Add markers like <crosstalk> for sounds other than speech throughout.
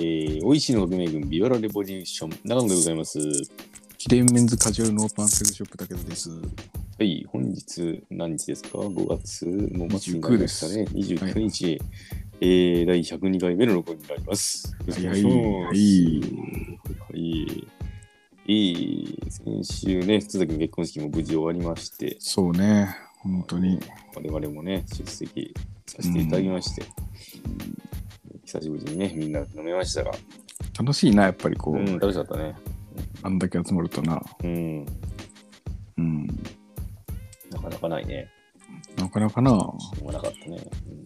えー、おいしいの革命軍ビバラレボリューション長野でございます。キレイメンズカジュアルノーパンセルショップだけどです。はい、本日何日ですか ?5 月もう末になりましたね。29日、えー、第102回目の録音になります。よろしくお願いしますはいはい。いい先週ね、津崎の結婚式も無事終わりまして、そうね、本当に。我々もね、出席させていただきまして、久しぶりにね、みんな飲めましたが、楽しいな、やっぱりこう、うん、楽しかったね。あんだけ集まるとな。うん、うん。なかなかないね。なかなかな。しょうがなかったね。うん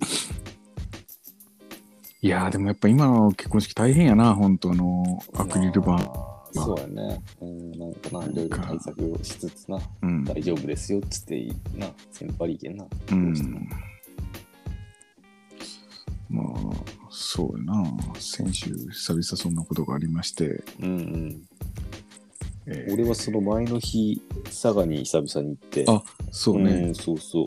いやー、でもやっぱ今の結婚式大変やな、本当あの、アクリル板。あーそうやね。うん、なんかな、いろいろ対策をしつつな、うん。大丈夫ですよっつってな、先輩意見な。うん。まあ、そうやな。先週、久々そんなことがありまして。うんうん。えー俺はその前の日、佐賀に久々に行って、あ、そうね。ん、そうそう。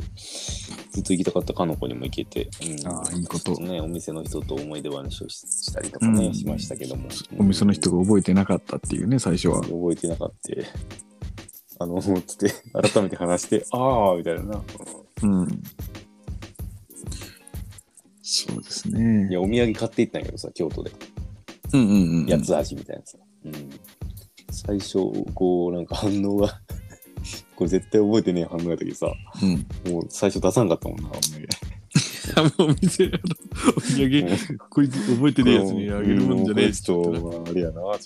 ずっと行きたかったかの子にも行けて、うん、あーいいことね、お店の人と思い出話をししたりとかね、うんしましたけども。お店の人がが覚えてなかったっていうね、最初は。覚えてなかった。あの、つって、改めて話して、ああ、みたいなな。うん。そうですねい。や、お土産買って行ったんやけどさ、京都で。うんうんうん。八つ橋みたいなさ、うん、最初こうなんか反応が <laughs> これ絶対覚えてねえ反応やったけどさうん。もう最初出さんかったもんなお土お店のお土産、産こいつ覚えてねえやつにあげるもんじゃねえちょっとあれやなと思って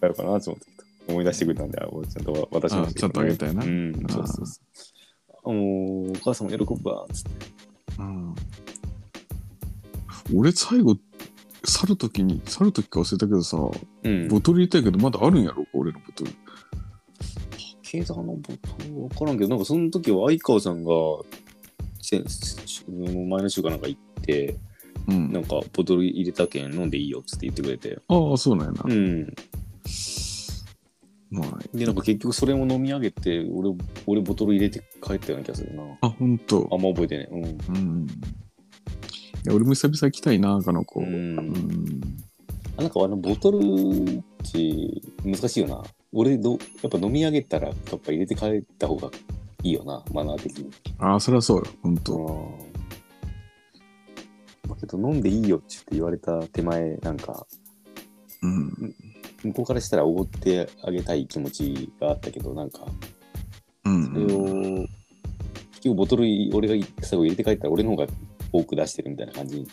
帰ろうかなと思って思い出してくれたんであちゃんと私もあちゃんとあげたよなうんそうそうそうあもうお母さんも喜ぶわつってうん。俺最後、去るときに、去るときか忘れたけどさ、うんボトル入れたいけど、まだあるんやろ俺のボトル。経済のボトル分からんけどなんかその時は相川さんが先前の週かなんか行ってうなんん。かボトル入れたけん飲んでいいよっつって言ってくれてああ、そうなんやなう。んまあ、でなんか結局それも飲み上げて俺俺ボトル入れて帰ったような気がするなあ、ほんとあ。んま覚えてねうんうん。いや、俺も久々来たいな、かの子。ううん。ん、あなんかあのボトルって難しいよな俺どやっぱ飲み上げたらやっぱ入れて帰った方がいいよなマナー的にああ、そりゃそうよ。ほんと。うんだけど飲んでいいよっつって言われた手前なんかうん。向こうからしたらおごってあげたい気持ちがあったけどなんかうんそれを、結局ボトル俺が最後入れて帰ったら俺の方が多く出してるみたいな感じに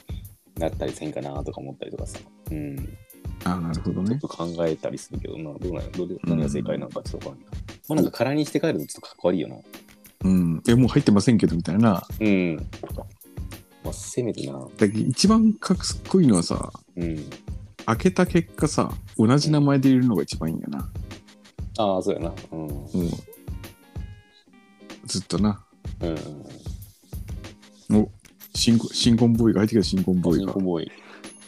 なったりせんかなとか思ったりとかさ、うん、あなるほどちょねっ。と考えたりするけどなどうなんやどれ何が正解なのかちょっとわかんない、まあなんか空にして帰るのちょっとかっこ悪いよなうん。え、もう入ってませんけどみたいな。うんまあせめてなだけど一番かっこいいのはさ、うん開けた結果さ、同じ名前でいるのが一番いいんやな。ああそうやなうんうんもうずっとな。うんお新婚新婚ボーイが入ってきた新婚ボーイ新が婚。ボーイ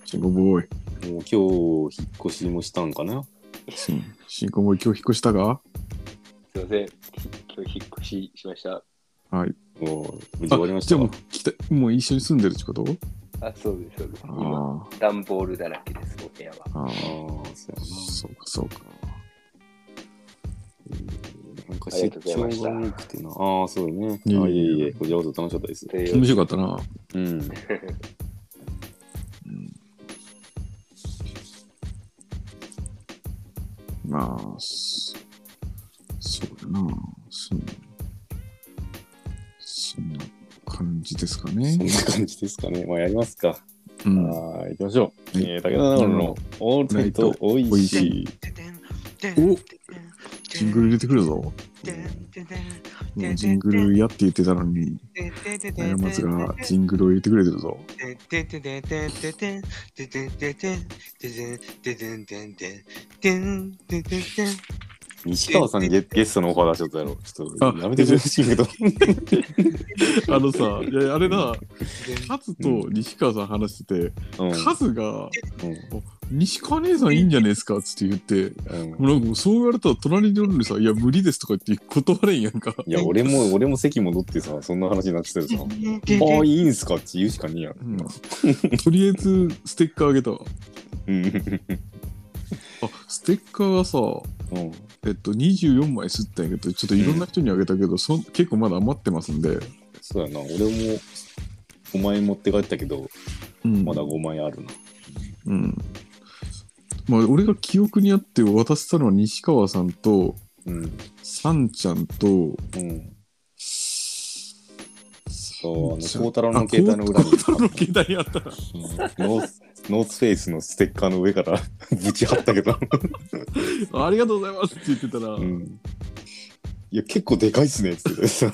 新婚ボーイ。もう今日引っ越しもしたんかな新新婚ボーイ、今日引っ越したがすいません。今日引っ越ししました。はい。もう無事終わりあましじたゃあもわう来た、もう一緒に住んでるってことあ、そうです、そうです。あ今、段ボールだらけです、お部屋は。あ。ああああ。そうやなそうか、そうか。なんかあり出がとうござい張ましたが多くてな。ああ、そうね。いえいえあいえいえ、こちらこそ楽しかったです。という面白かったな。うん。うんまあ、そそうだな。そんそんな感じですかねそん。な感じですかね。まあ、やりますか。うん。ははい、行きましょう。はいえー、武田長野のオールナイトおいおいししい。い。おジジンンググルル入入れてくるれてくるぞ。ぞ。もうジングルやって言ってたのに、長松がジングルを入れてくれてるぞ。西川さんにゲゲストのオファー出しちゃったやろ。ちょっとあやめてほしい <laughs> けど。あのさ、いやあれだ、カズと西川さん話してて、うん。カズがうんもう西川姉さんいいんじゃないですかつって言って、うんもうなんかもうそう言われたら隣におるのにさ、いや、無理ですとか言って断れんやんか。いや、俺も、俺も席戻ってさ、そんな話になってたらさ、ああ、いいんすかって言うしかねえやん。うん、 <laughs> とりあえず、ステッカーあげたわ。うん。あ、ステッカーがさ、うんえっと、24枚吸ったんやけど、ちょっといろんな人にあげたけど、そん結構まだ余ってますんで、そうやな、俺も5枚持って帰ったけど、うん、まだ5枚あるな。うん。まあ、俺が記憶にあって渡したのは西川さんと、うん。さんちゃんと、うん。そそう、あの、孝太郎の携帯の裏に孝太郎の携帯にあったな。うんノース、ノースフェイスのステッカーの上から <laughs> ぶち張ったけど。ありが <laughs> とうございますって言ってたら、うん。いや、結構でかいっすね、 <laughs> つってさ。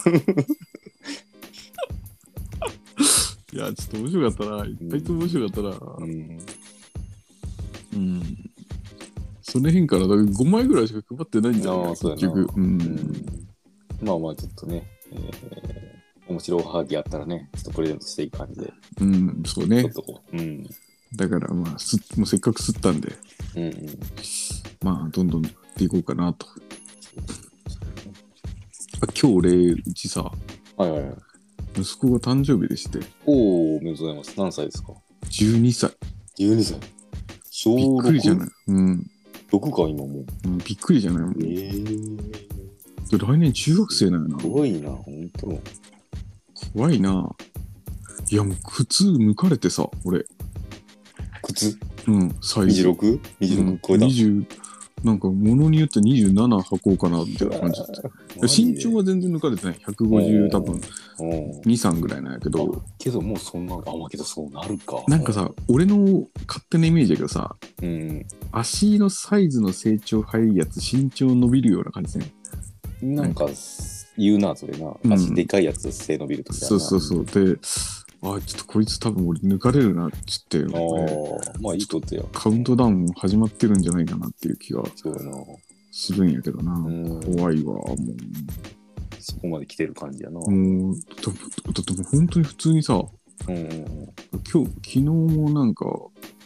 いや、ちょっと面白かったな。いっぱいと面白かったな。うん。うん。その辺から、だから5枚ぐらいしか配ってないんじゃなあいあそう結やな局。う。うんんまあまあ、ちょっとね、えー面白いおはぎあったらね、ちょっとプレゼントしていく感じで、うん、ちそうょっね。とこう、うん。だから、まあ、すもうせっかく吸ったんで、うんうん。まあ、どんどんやっていこうかなと。あ今日俺、うちさ、はいはいはい。息子が誕生日でして、おー、おめでとうございます。何歳ですか12歳。 ?12 歳。小びっくりじゃない 6? うん。六か、今もう。うんびっくりじゃないもんえー、で来年中学生なんやなす。ごいな、ほんと。怖いな。いや、もう靴抜かれてさ、俺。靴うん、サイズ。うん 26?26 超えた。 20なんか物によって27履こうかなみたいな感じだったマジで身長は全然抜かれてない150多分うん。 23ぐらいなんやけどけどもうそんな、あ、まあけどそうなるか。なんか、さ俺の勝手なイメージだけどさうん。足のサイズの成長早いやつ身長伸びるような感じねなんか、言うな、それな。うん足でかいやつ背伸びるとか。そうそうそうであちょっとこいつ多分俺抜かれるなっつってあねあ、まあいいことや。カウントダウン始まってるんじゃないかなっていう気がそうやな。するんやけどう。なん怖いわもそこまで来てる感じやな。うもうだだってもう本当に普通にさうんうん今日昨日もなんか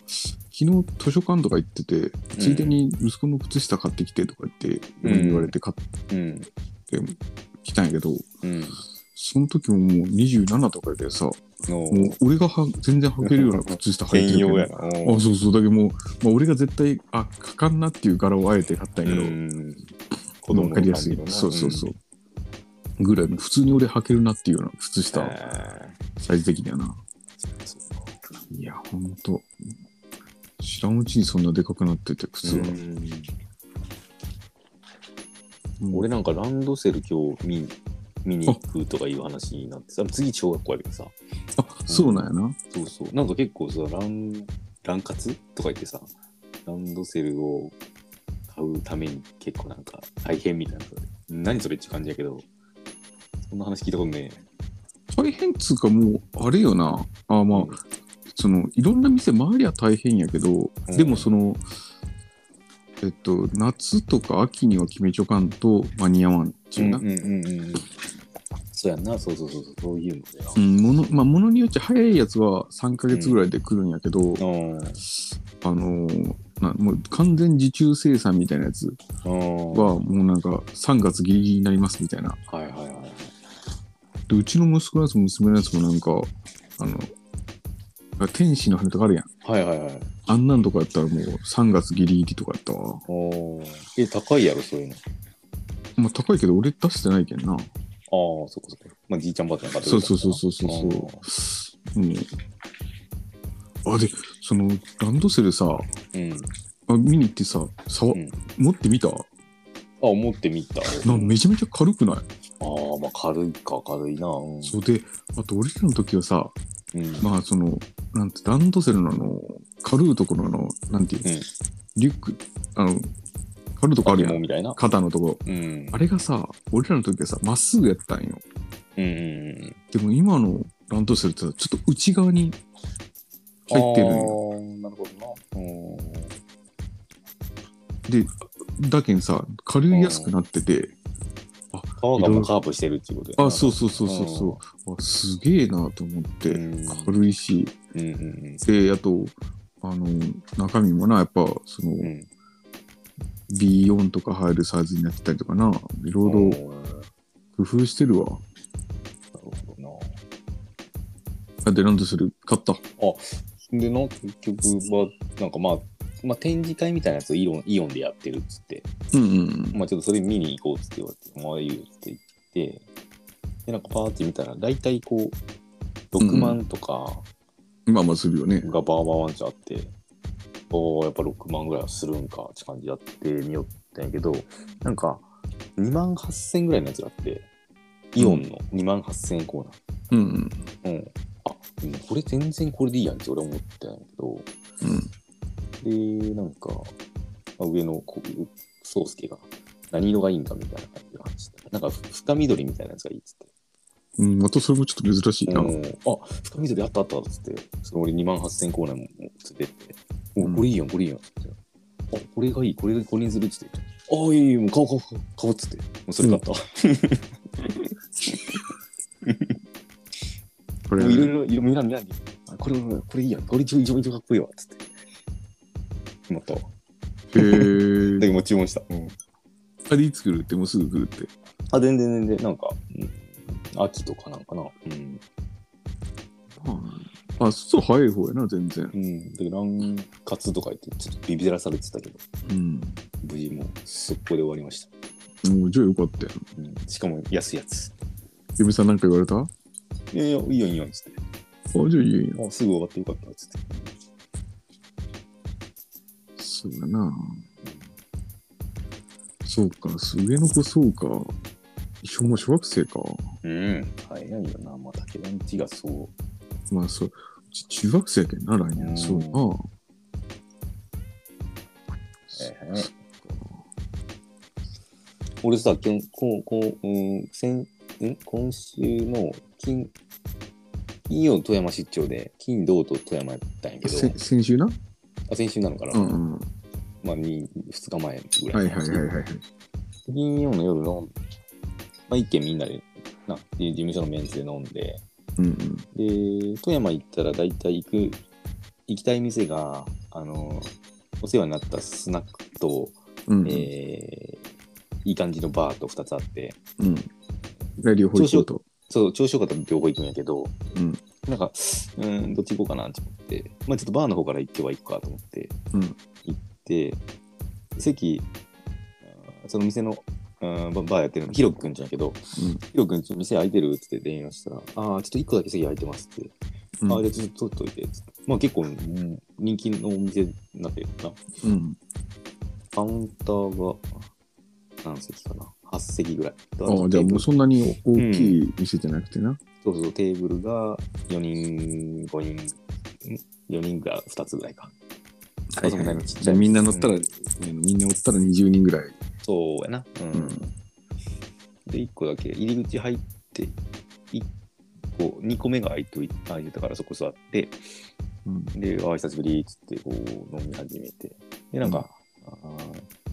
昨日図書館とか行っててついでに息子の靴下買ってきてとか言ってうん言われて買っうん。てきたんやけど、うん。その時ももう27とかでさものう俺がは全然履けるような靴下履いて兼るけ用どやな。あそうそうだけどもう、まあ、俺が絶対あかかんなっていう柄をあえて買ったんやけど、ん。この分かりやすいそうそうそう、ぐらいの普通に俺履けるなっていうような靴うん。下あサイズ的にはなーそうかいや、ほんと。知らんうちにそんなでかくなってて、靴は。うん俺なんかランドセル今日見に見に行くとかいう話になってさ、次小学校やけどさ、あ、そうなんやな。そうそう、なんか結構さ、ラン、ラン活とか言ってさ、ランドセルを買うために結構なんか大変みたいな。何それって感じやけど、そんな話聞いたことね大変っつうか、もう、あれよな。あ、え。まあ、その、いろんな店回りは大変やけど、うんでもその、えっと、夏とか秋には決めちょかんと間に合わんっていうな。うんうんうんうん。そうやんな、そうそうそうそう、そういうのだよ。うん、もの、まあ、ものによっちゃ早いやつは3ヶ月ぐらいで来るんやけど、うん。あのーなもう完全受注生産みたいなやつうんはは、もうなんか3月ギリギリになりますみたいないはいはい。でうちの息子のやつも娘のやつもなんかあの天使の羽とかあるやんはいはいはい。あんなんとかやったらもう3月ギリギリとかやったわおーえ、高いやろ、そういうの。まあ高いけど俺出してないけんなああ、そこそこ。まあ、じいちゃんばあちゃんがそうそうそうそうそうそううんあでそのランドセルさあう。うん。見に行ってさ触うん持ってみたあ、思ってみた。なんかめちゃめちゃ軽くないああ、まあ、軽いか、軽いな。うん。そうであと俺らの時はさうん。まあそのなんてランドセルのあの軽いところのなんていう、うんリュックあの軽いとこあるやんもみたいな。肩のとこうん。あれがさ俺らの時はさまっすぐやったんようんうんうん。でも今のランドセルってさちょっと内側に入ってるんああよ、なるほどな。うん。でだけんさ軽いやすくなってて皮がもうカーブしてるっていうことやなあそうそうそうそうそうあすげえなと思ってうん軽いしうんうんうん。であとああの、中身もな、やっぱ、その、うん。 B4 とか入るサイズになってたりとかな、いろいろおーなる工夫してるわ。ほどあで、なんとする買った。な。で、な結局は、なんかまあ、まあ、展示会みたいなやつをイオンイオンでやってるっつって、うんうん。まあ、ちょっとそれ見に行こうっつって言われて、まあ、いいよっつって言って、で、なんかパーって見たら、大体こう、6万とかまあまあするよね。がバーバーワンチャーあって、おおやっぱ6万ぐらいはするんかって感じでやってみよったんやけど、なんか、2万8000ぐらいのやつがあって、イオンの2万8000円コーナー。うんうん。うん、あもうこれ全然これでいいやんって俺は思ってたんやけどうん。でなんか、まあ上のこう宗介が何色がいいんかみたいな感じの話してなんかふ深緑みたいなやつがいいっつってうん、またそれもちょっと珍しいな。うんあ深緑あったあったっつってその俺2万8000コーナーも滑って「おうんこれいいやんこれいいやん」っつって。あ、これがいい、これがこれにするっつって言って。ああ、いいよいいよ、もう買おう、買おう買おう、買おうっつって。もうそれ買った。これもういろいろ、いろいろ見らん見らんで。あこれ、これいいやん、これ一応、一応、一応かっこいいわ、っつって。決まったわ。へー <laughs> で、もう注文した。あれいつ来るって、もうすぐ来るって。あ、全然全然、なんか、うん、秋とかなんかな。うん。あ、そう早い方やな、全然。うん。で、ランカツとか言って、ちょっとビビらされてたけど、うん。無事もう、速攻で終わりました。もうじゃあよかったよ。うん。しかも、安いやつ。嫁さんなんか言われたあ、いやいや、いいよいいよ、つって。じゃあいいよ。あ、すぐ終わってよかった、つって。そうだな。そうか、上の子そうか。一応もう小学生か。うん。早いよな、まあ、武田の地がそう。まあそう。ち中学生やけんな、来う年。んそうやな。ええ俺さ、今日、こう、こう、うん、先、ん今週の金、金曜富山出張で、金、銅と富山やったんやけ <laughs> どせ、先週なあ先週なのかな、うんうん。はまあ、2, 2日前ぐいらはいいなんではすいけど、はいはい。金曜の夜の、まあ、一軒みんなで、な、事務所のメンツで飲んで、うんうん。で、富山行ったら大体行く、行きたい店が、あの、お世話になったスナックと、うん。えーいい感じのバーと2つあって、うん。来両方行こうと。そう、調子よかったら両方行くんやけど、うんなんか、うん、どっち行こうかなと思って、まあちょっとバーの方から今日は行くかと思って、うん行って、席、あーその店の、うんババーやってるの、ヒロ君じゃんやけど、うんヒロ君ちょっと店空いてるって電話したら、ああ、ちょっと1個だけ席空いてますって、うんああ、じゃあちょっと取っといてっつって、まあ結構、うん人気のお店になってるかな。うん。カウンターが何席かな ?8 席ぐらい。ああ、じゃあもうそんなに大きい店じゃなくてな。そうそう、テーブルが4人、5人、ん4人が2つぐらいか。はいそんはないにちっちじゃゃいあみんな乗ったら、うみんな乗ったら20人ぐらい。そうやな。うん。うんで、1個だけ入り口入って、1個、2個目が開いてい開いてたからそこ座って、うん。で、ああ、久しぶりっつって、こう、飲み始めて。で、なんか、ああ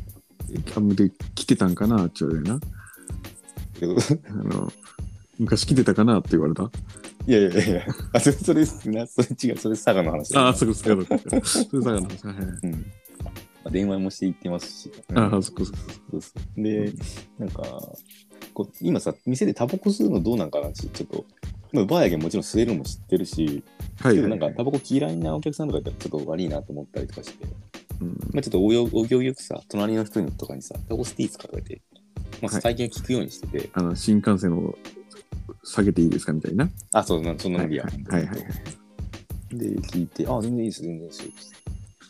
カムで来てたんかな、ちょうどな。ってことあの、昔来てたかなって言われた。 <laughs> いやいやいや、あそれ、それ、なそれ違う、それ、佐賀の話だなああ、そこそこそこ。それさがな。はいはいうんまあ、電話もして行ってますし、うんああ、そこそこ。そうそうで、なんかこう今さ店でタバコ吸うのどうなんかなってちょっと、まあ、バーやけんもちろん吸えるのも知ってるし、はいはいけどなんはい。かタバコ嫌いなお客さんとかやったらちょっと悪いなと思ったりとかして、うんまあ、ちょっとおよお行儀よくさ隣の人にとかにさタバコ吸っていいですかとか言って、まはあ、い最近は聞くようにしてて、あの、新幹線を下げていいですかみたいな。あそうなんそんな無理や、はいはいはいはいで聞いて「あ全然いいです全然いいです」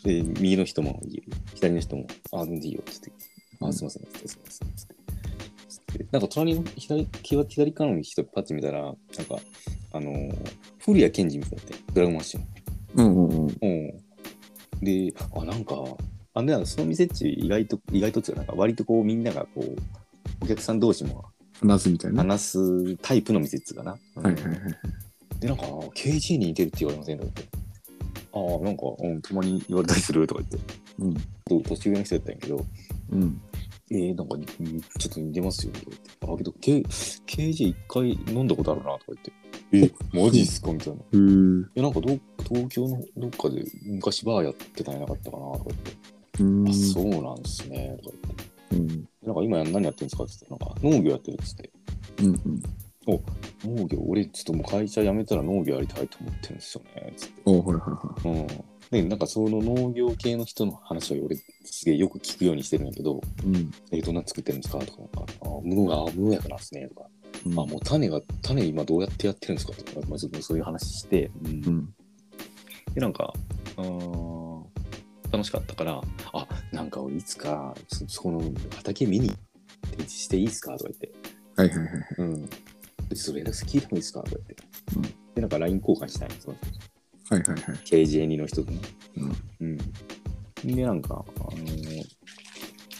で右の人もいいよ左の人も「あ全然いいよ」つって「あすいません」つって「すいません」つってつってなんか隣の左左左側の人パッて見たらなんかあのー古谷健二みたいだってドラゴンマッシュのうんうんううん。んであなんかあでその店っち意外と意外とっつうかなんか割とこうみんながこうお客さん同士も話すみたいな。は話すタイプの店っつうかな、うんいはいはい。で、なんか、KG に似てるって言われませんとか言って。ああ、なんか、うん、たまに言われたりするとか言って。うん。と年上の人やったんやけど、うん。えー、なんか、うんちょっと似てますよ、とか言って。あ、けど、K、KG 一回飲んだことあるな、とか言って。え、マジっすかみたいな。うー。え、なんかど、東京のどっかで昔バーやってたんやなかったかなとか言って、うんあ、そうなんですね、とか言って。うん。なんか今や何やってるんですかって言ったら、なんか農業やってるっつって。うんうん。農業、俺ちょっともう会社辞めたら農業やりたいと思ってるんですよね、つって。おはいはいはうん。で、なんかその農業系の人の話を俺すげえよく聞くようにしてるんやけど、い。うん。えどんなん作ってるんですかとか、あ無農が、あ無農薬なんですね、とか。うんあ、もう種が、種今どうやってやってるんですかとか、まあ、ちょっとそういう話して、うんうん。で、なんか、あー楽しかったから、あ、なんか俺いつか、そそこの畑見に展示していいですかとか言って、はいはいはい。うん。でそれだけ聞いてもいいですかとか言って。で、なんか LINE 交換したいんですよ。はいはいはい。 KJ2 の人とね。うん。で、なんか、あのー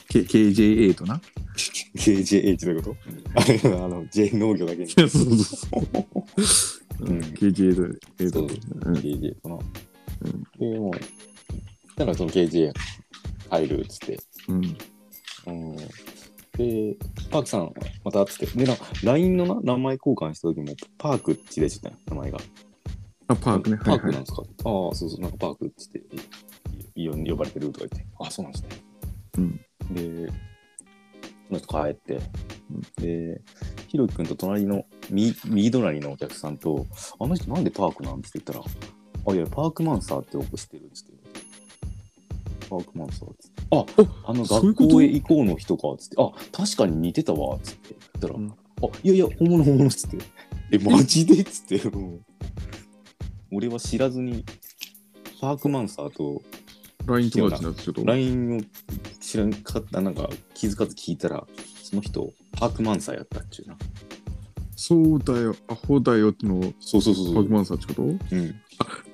K- KJA とな。 KJA ってどういうこと <laughs> あの、J 農業だけに。 <laughs> そうそうそう。うん KJA そと。う KJ かな。で、もう、なんかその KJ 入るっつって、うん。うん。うん、で、パークさん、またっつって、で、な LINE のな名前交換した時も、パークって出ちゃったよ、名前が。あ、パークね。パークなはいはんいですか、ああ、そうそう、なんかパークっつって、いいように呼ばれてるとか言って、あそうなんですね。うん。で、その人帰って、で、ひろきくんと隣の、右右隣のお客さんと、あの人なんでパークなんって言ったら、あ、いや、パークマンサーって起こしてるっつって。パークマンサーっつって。あ、あのそういう学こと校へ行こうの人かっつって。あ、確かに似てたわっつって言ったら、うんあ、いやいや、本物本物っつって。え、マジでっつって。うん俺は知らずに、パークマンサーと LINE 友達になってちょっと。 LINE を知らんかった、なんか気づかず聞いたら、その人、パークマンサーやったっちゅうな。そうだよ、アホだよってのをそうそうそパークマンさんってことうん、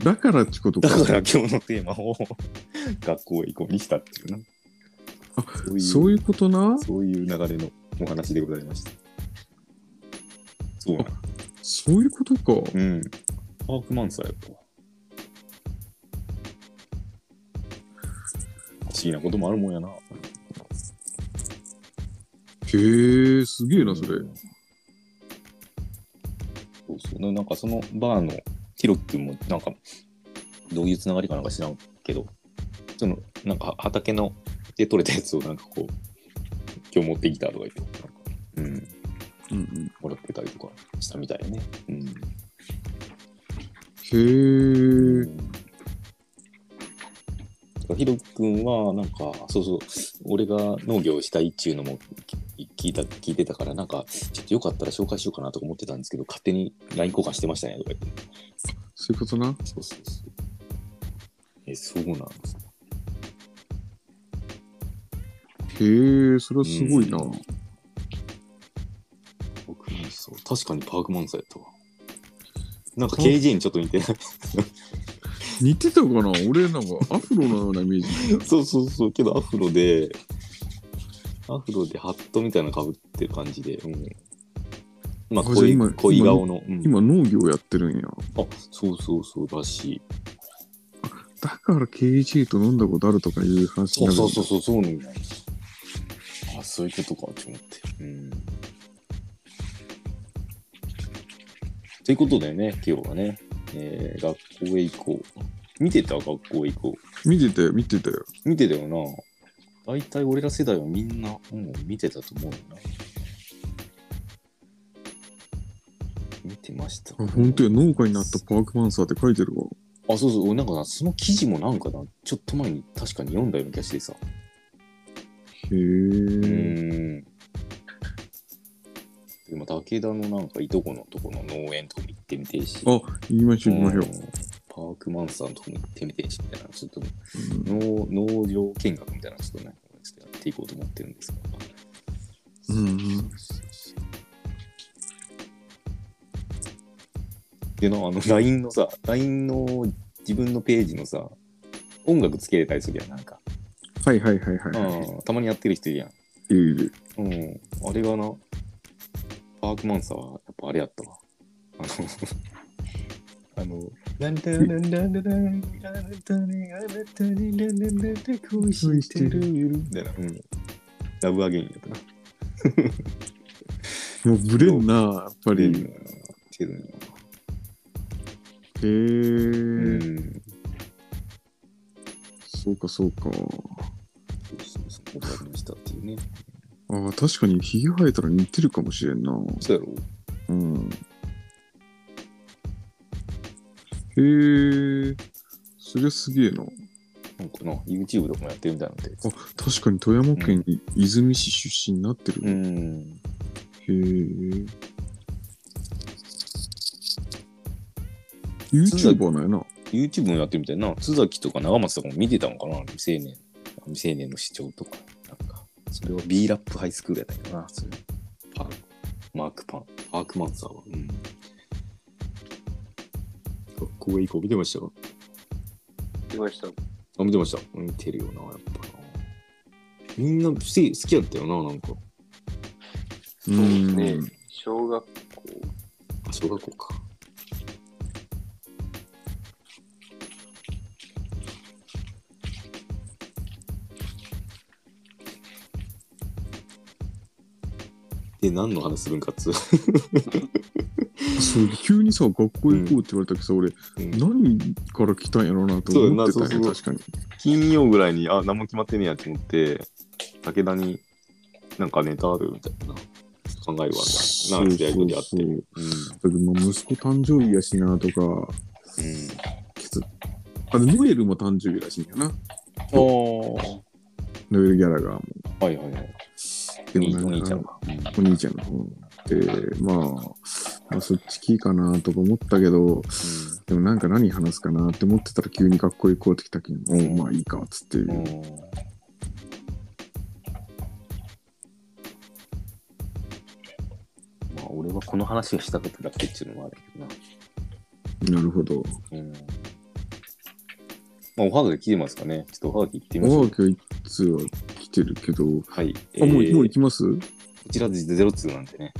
だからってことだか。から今日のテーマを学校へ行こうにしたっていうな。あそういうそういうことな。そういう流れのお話でございました。そうなのそういうことか。うん。パークマンサーやったわ。不思議なこともあるもんやな。へえ、すげえな、それ。うんそうそうななんかそのバーのヒロキ君もなんかどういうつながりかなんか知らんけどそのなんか畑ので取れたやつをなんかこう今日持ってきたとか言ってなんか、うん、うんうんもらってたりとかしたみたいね。うんへえ。ひろくんは、なんか、そうそう、俺が農業したいっちゅうのもき聞いた聞いてたから、なんか、ちょっとよかったら紹介しようかなとか思ってたんですけど、勝手に LINE 交換してましたねとか言って。そういうことな。そうそうそう。え、そうなんですか。へえ、それはすごいな。うん僕もそう。確かにパークマンサーやったわ。なんか KJ にちょっと似てない。似てたかな俺なんかアフロのようなイメージ。そうそうそう、けどアフロで、アフロでハットみたいなのかぶってる感じで、うん。まあ、あじゃあ濃い今濃い顔の、うん今農業やってるんや。あ、そうそうそうらしい。だから KJ と飲んだことあるとかいう話にそうなるんだそうそうそう、そうなんだあ、そういうことか、と思って。うん。ということでね、今日はね、えー、学校へ行こう。見てた学校へ行こ見てたよ、見てたよ。う。見てたよな。大体俺ら世代はみんな、もうん見てたと思うよな。見てました。あ、本当や、農家になったパークマンサーって書いてるわ。あ、そうそう、俺なんかな、その記事もなんかな、ちょっと前に確かに読んだような気がしてさ。へえ。でも武田のなんかいとこのとこの農園とかも行ってみてえし。あ、言いましょう、言いましょううんパークマンさんとかも行ってみてえし、みたいな。ちょっとうん。農農場見学みたいな、ちょっとね、ちょっとやっていこうと思ってるんですが。うんうんでな、あの、LINE のさ、LINE の自分のページのさ、音楽つけれたりするやん、なんか。はいはいはいはいはい。うんたまにやってる人いるやん。いるいる。うん、あれがな、パークマンサーはやっぱあれやったわ。 <laughs> あの、あの、なんだなんだなんだなんだあなたにあなたになんだなんだ恋してるみたいな。うん。ラブアゲインやったな。やっもうブレんな、やっぱり。てるな。へえ。うん。そうか、そうか。そうそうそう、わかりましたっていうね。ああ、確かにひげ生えたら似てるかもしれんな。そうやろうん。へえ、そりゃすげえな。なんかな、YouTube とかもやってるみたいなので。あ、確かに富山県に出水市出身になってる。うん。へえ。YouTuber なんやな。 YouTube もやってるみたいな、津崎とか長松とかも見てたのかな、未成年。未成年の視聴とか。なんか、それは B ラップハイスクールやったんやな、それ。パン。マークパン、パークマンサーは。うん。学校へ行こう、見てましたよ来ました。あ、見てました。見てるよな、やっぱな。みんなせ好きやったよな、なんか。うそうですねん。小学校。あ小学校か。で、何の話するんかっつう。そう、急にさ、学校行こうって言われたけどさ、俺、うん何から来たんやろうなと思ってたそんうや、やなそうそう確かに。 <laughs> 金曜ぐらいに、あ、何も決まってねえやと思って、武田になんかネタあるみたいな考えはあるな、なんてやりとりあって。そうそううそうまあ息子誕生日やしなとか、きつあ、でノエルも誕生日らしいんやな。ん。あノエルギャラが。あ。はいはいはい。でにもなんお兄かちゃんが。うんお兄ちゃんの方で、まあ、まあ、そっちキーかなとか思ったけど、でもなんか何話すかなって思ってたら急に学校行こうってきたけん、おうまあいいかっつって、うんまあ、俺はこの話がしたかっただけっていうのもあるけどな。なるほど。うん。まあ、おはがき来てますかね。ちょっとおはがき行ってみましおょはうが。きは一通は来てるけど、はい。えあ、もう、ーもう行きますこちらでゼロ通なんでね。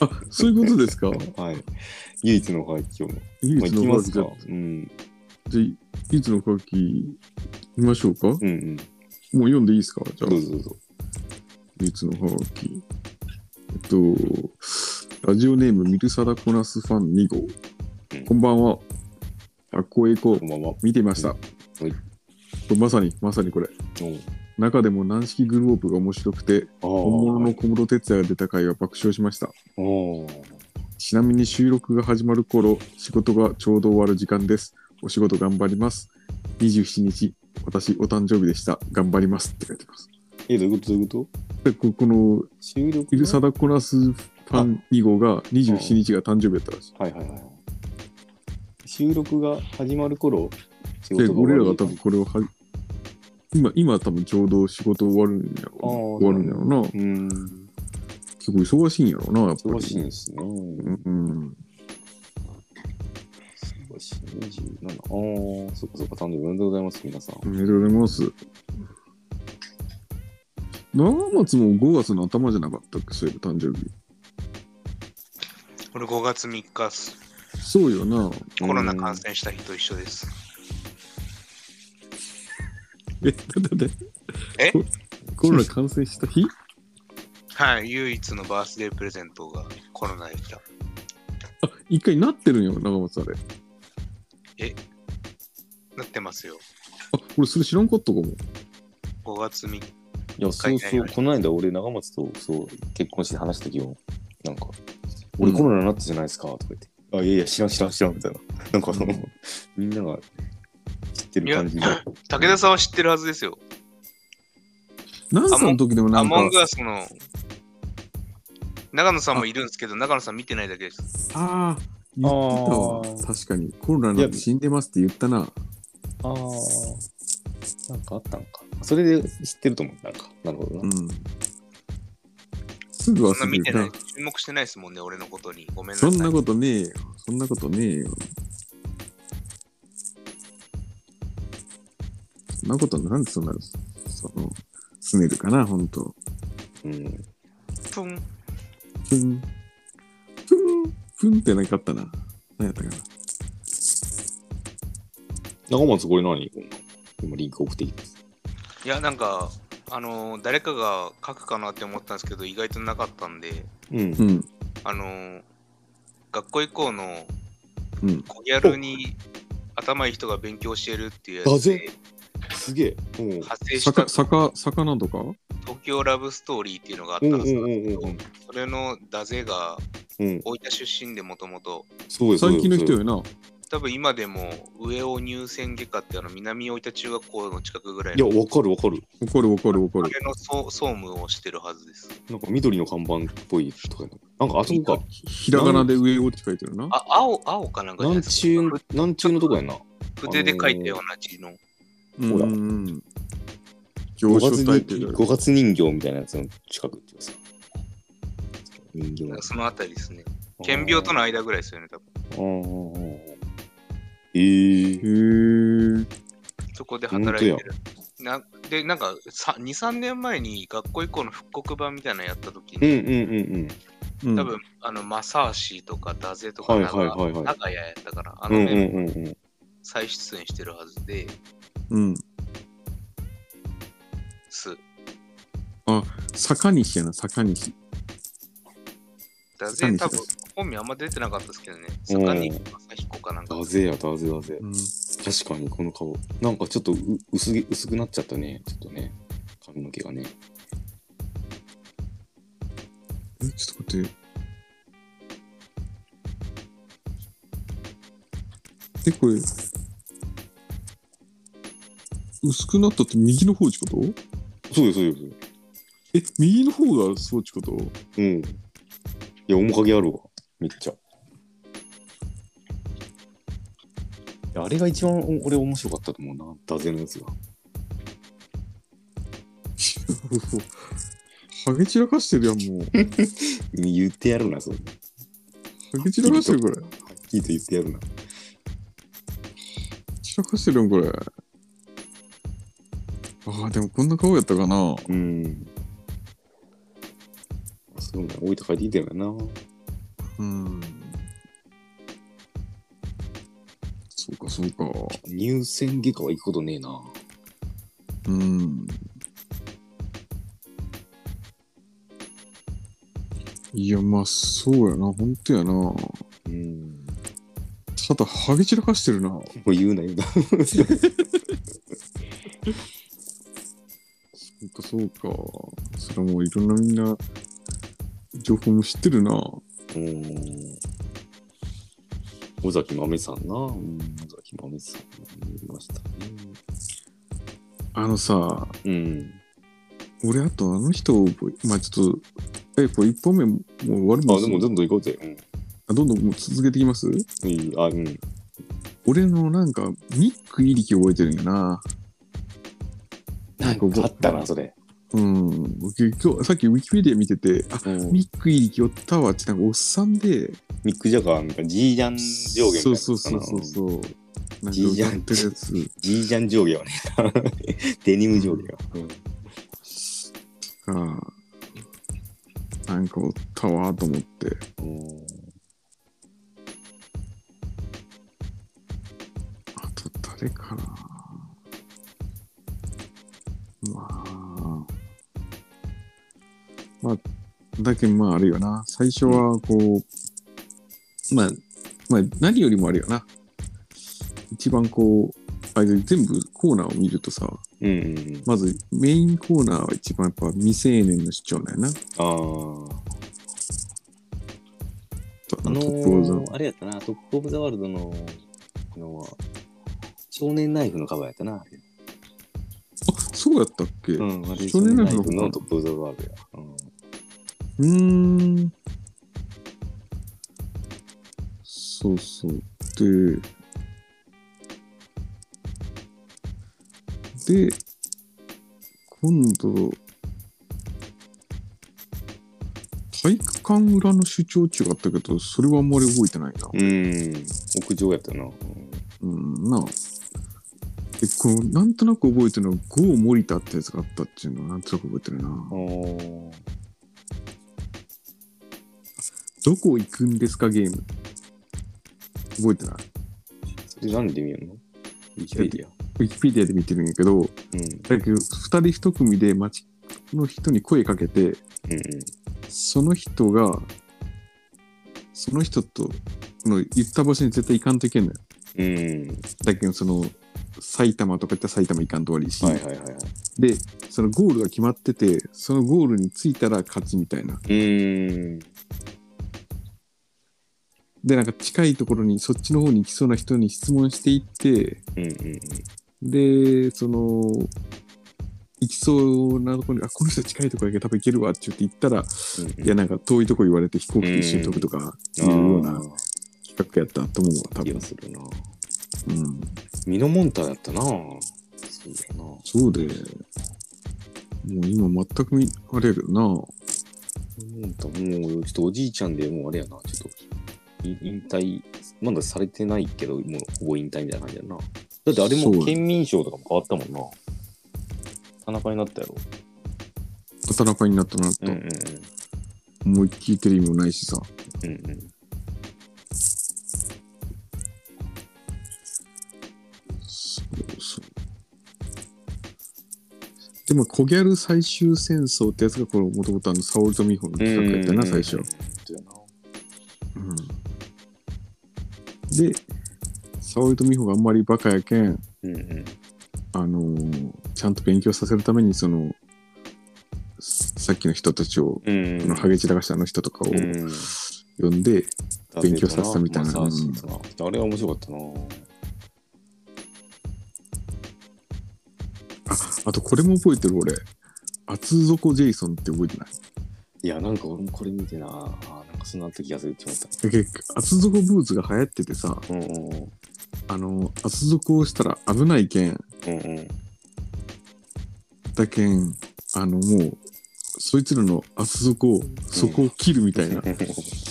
あ、そういうことですか <laughs> はい。唯一のおはがき今日も。唯まあ、一行きのおまはがきすじかゃ。うん。じゃあ唯一のおはがき見ましょうか、もううんうん。読んでいいですかじゃあどうぞどうぞ。唯一のおはがき。えっと、ラジオネームミルサダコナスファン2号。うんこんばんは。学校へ行こうこ。んばんは。見てました。いこれまさに、まさにこれ。おう中でも軟式グローブが面白くて、ああ。本物の小室哲哉が出た回は爆笑しました。おうちなみに収録が始まる頃、仕事がちょうど終わる時間です。お仕事頑張ります。27日、私、お誕生日でした。頑張ります。って書いてます。え、どういうことどういうことで、ここの、収録イがルサダコラスファン2号が27日が誕生日だったらしい。はいはいはい。収録が始まる頃、仕で、俺らが多終わ分これをは、今、今多分ちょうど仕事終わるんやろうな。あー終わるんやろうな。りうん。結構忙しいんやろうな、やっぱり。忙しいんですね。うん。忙しい。27。ああ、そっかそっか、誕生日おめでとうございます、皆さん。おめでとうございます。長松も5月の頭じゃなかったっけ、そういえば誕生日。これ5月3日っす。そうよな。コロナ感染した日と一緒です。え、だって、えココロナ感染した日はい、唯一のバースデープレゼントがコロナで来た。あ、一回なってるんよ、長松あれ。なってますよ。あ、俺それ知らんかったかも。 5月3日。いや、そうそう、この間俺、長松とそう結婚して話した時も、なんか、俺コロナになったじゃないですか、とか言って。あ、いやいや、知らん知らん知らん、みたいな。なんかその、みんなが知ってる感じで。武田さんは知ってるはずですよ。何歳の時でもなアんモンかグ、アスの。長野さんもいるんですけど、長野さん見てないだけです。ああ、言ってたわあ。ー確かに。コロナになって死んでますって言ったな。ああ、なんかあったんか。それで知ってると思う。なんか、なるほどな。うん。すぐそんな忘れ見てるないな。。注目してないですもんね、俺のことに。ごめんなさそい。んなことねえよ。そんなことねえよ。そんなことなんでそんな、その、すねるかな、ほんと。うん。プンふん。ふん。ふんってなかったな。何やったかな。長松これ何今リンク送ってきます。いや、なんか、あのー誰かが書くかなって思ったんですけど、意外となかったんで、うんう。ん。あのー学校以降のうん。コギャルに頭いい人が勉強してるっていうやつだぜですげえ。うん。派生した魚東魚魚とか京ラブストーリーっていうのがあったうんんうんですけど、うんうんそれのダゼがうん。大分出身でもともと、そうです。最近の人そうですよな。多分今でも上尾乳腺外科ってあの南大分中学校の近くぐらいいや、のわかるわかる。わかるわかるわかある。れの総総務をしてるはずです。なんか緑の看板っぽいとかやな。なんかあそこか。ひらがなで上をって書いてるな。あ、青、青かなんかじゃない南ですか中、南中のとこやな。筆で書いたような字の。うんほらうん。五行書月体っていにう五月人形みたいなやつの近くっていうかさ。人形なんかそのあたりですね。顕病との間ぐらいですよね、多分。うんうんうんうん。ええ。へえ。そこで働いてる。なで、なんかさ2、3年前に学校以降の復刻版みたいなのやった時うんうに、んうんうん。うん多分あのマサーシーとかダゼとかはいなんはいはかいはい。長屋やったから、あうんのうん面うんうん。再出演してるはずでうん。す。坂西やな、坂西。ダゼ多分坂西本名あんま出てなかったですけどね。坂にうん正彦かなんか。だぜやだぜだぜ。うん。確かにこの顔。なんかちょっとう薄毛薄くなっちゃったね。ちょっとね。髪の毛がね。えちょっと待って。え、これ、薄くなったって右の方ちことそうよそうよそうよ。え、右の方がそうちことうん。いや、面影あるわ。めっちゃ。いやあれが一番お俺面白かったと思うな。ダゼのやつが。ハゲ散らかしてるやん、もう。言ってやるな、それ。はハゲ散らかしてる、これ。っきりと言ってやるな。散らかしてるやん、これ。ああ、でもこんな顔やったかな。うん。そうね、置いて帰ってきたよな。うん。そうか、そうか。入選外科は行くことねえな。うん。いや、まあ、そうやな。本当やな。うん。ただ、ハゲ散らかしてるな。もう言う <laughs> な、言うな。そうか、そうか。それはもういろんなみんな、情報も知ってるな。うん。尾崎まめさんな。うん、尾崎まめさん。見ましたね。あのさ、うん。俺、あとあの人を覚え、まあちょっと、え、これ一本目もう終わるんあ、すでもどんどん行こうぜ。あどんどんもう続けていきますうん。いい、あ、うん。俺のなんか、ニック・イリキ覚えてるんやな。なんかあったな、それ。うん。今日、さっきウィキペディア見てて、あ、ミミック・イリキおったわって、なんかおっさんで、ミック・ジャガーみたいな、ジージャン上下みたいなやつかそうな。そうそうそうそう。なんかじいじゃん歌ってるやつジージャン上下はね。デニム上下は。が、なんかおったわと思って。うん。あと誰かなまあ。まあ、だけどまああるよな。最初はこう、まあ、まあ何よりもあるよな。一番こう、あれ全部コーナーを見るとさ、うんうんうん。まずメインコーナーは一番やっぱ未成年の主張だよな。あーああののトップオーザー、あれやったな、トップ・オブ・ザ・ワールドの、あのー、少年ナイフのカバーやったな。あ、そうやったっけう、うんあれ少年ナイフの少のトップ・オブ・ザ・ワールドや。うんーん。そうそう。で、で、今度、体育館裏の主張中があったけど、それはあんまり覚えてないな。うん、屋上やったな。うんうん、なあ。え、この、なんとなく覚えてるのは、ゴー・モリタってやつがあったっていうのは、なんとなく覚えてるな。あーどこ行くんですか、ゲーム。覚えてない。それなんで見るのウィキペディア。ウィキペディアで見てるんやけど、うん、うんだけど、二人一組で街の人に声かけて、うん。その人が、その人との言った場所に絶対行かんといけんのよ。うん。だけど、その、埼玉とか行ったら埼玉行かんと悪いし、はいはいはいはい。でそのゴールが決まっててそのゴールに着いたら勝ちみたいなうーん。でなんか近いところにそっちの方に来そうな人に質問していってうんうんうん。でその行きそうなところにあこの人近いところだけど多分行けるわって言って行ったら、うんいやなんか遠いとこ言われて飛行機と一緒に飛ぶとかいうような企画やったと思うわ多気分が、するな。うん、ミノモンタだったな。そうだな。ミそうでもう今全くみあれやけどなノモンタもうちょっとおじいちゃんでもうあれやな。ちょっとい引退、まだされてないけど、もうほぼ引退みたいな感じやな。だってあれそうも県民賞とかも変わったもんな。田中になったやろ。田中になったなと、うんうんもう聞いてる意味もないしさうん。うんうん。そうそうでも、コギャル最終戦争ってやつが、これ、もともとあの、沙織と美穂の企画やったよな、最初。うんうんうんうんで、沙織と美穂があんまりバカやけん、うんうん。あのーちゃんと勉強させるために、その、さっきの人たちを、うんあのハゲ散らかしたあの人とかをうん呼んで、勉強させたみたいなマッサージとかあれは面白かったな。あ、あとこれも覚えてる、俺。厚底ジェイソンって覚えてないいや、なんか俺もこれ見てな、あなんかそんなあった気がするって思った。え結構厚底ブーツが流行っててさ、うんうんうん。あの、厚底をしたら危ないけん、うんうん。だけん、あの、もう、そいつらの厚底を、そこを切るみたいな企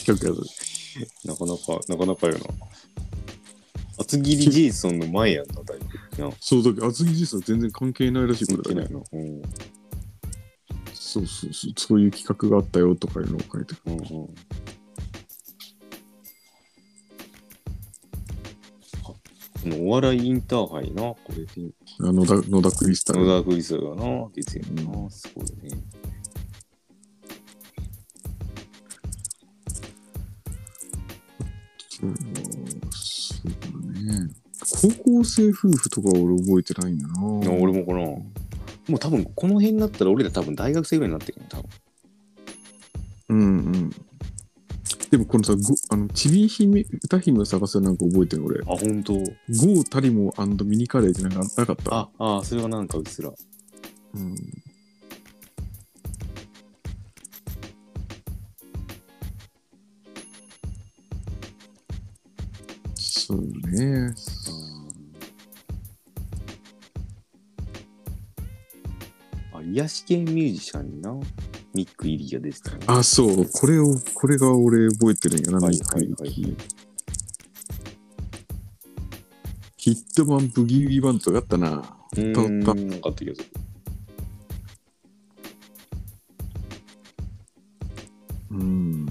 画やつ。なかなか、なかなかよな。厚切りジェイソンの前やんな、だいぶ。な、そうだけど、厚木実は全然関係ないらしいこ関と係だないね。の。うんうんそうそうそう、そういう企画があったよとかいうのを書いてうん。あこのお笑いインターハイな、これである。野田、野田クリスタル。野田クリスがな、出てるな、すごいね。うんそうだね。高校生夫婦とかは俺覚えてないんだな。いや俺もこの、もう多分この辺になったら俺ら多分大学生ぐらいになってるよ、多分。うんうん。でもこのさ、ごあのちび姫、歌姫を探せなんか覚えてる俺。あ、本当。ゴータリモミニカレーってなんかなかったあ、あ、それはなんかうっすら。うんそうね。あ、癒し系ミュージシャンにな、ミック・イリが出てたね。あ、そう。これを、これが俺覚えてるんやな、はいミックイリはいキヒットマンブギウギバンドがあったな。うーん、歌ったなんかあった気がする。うん。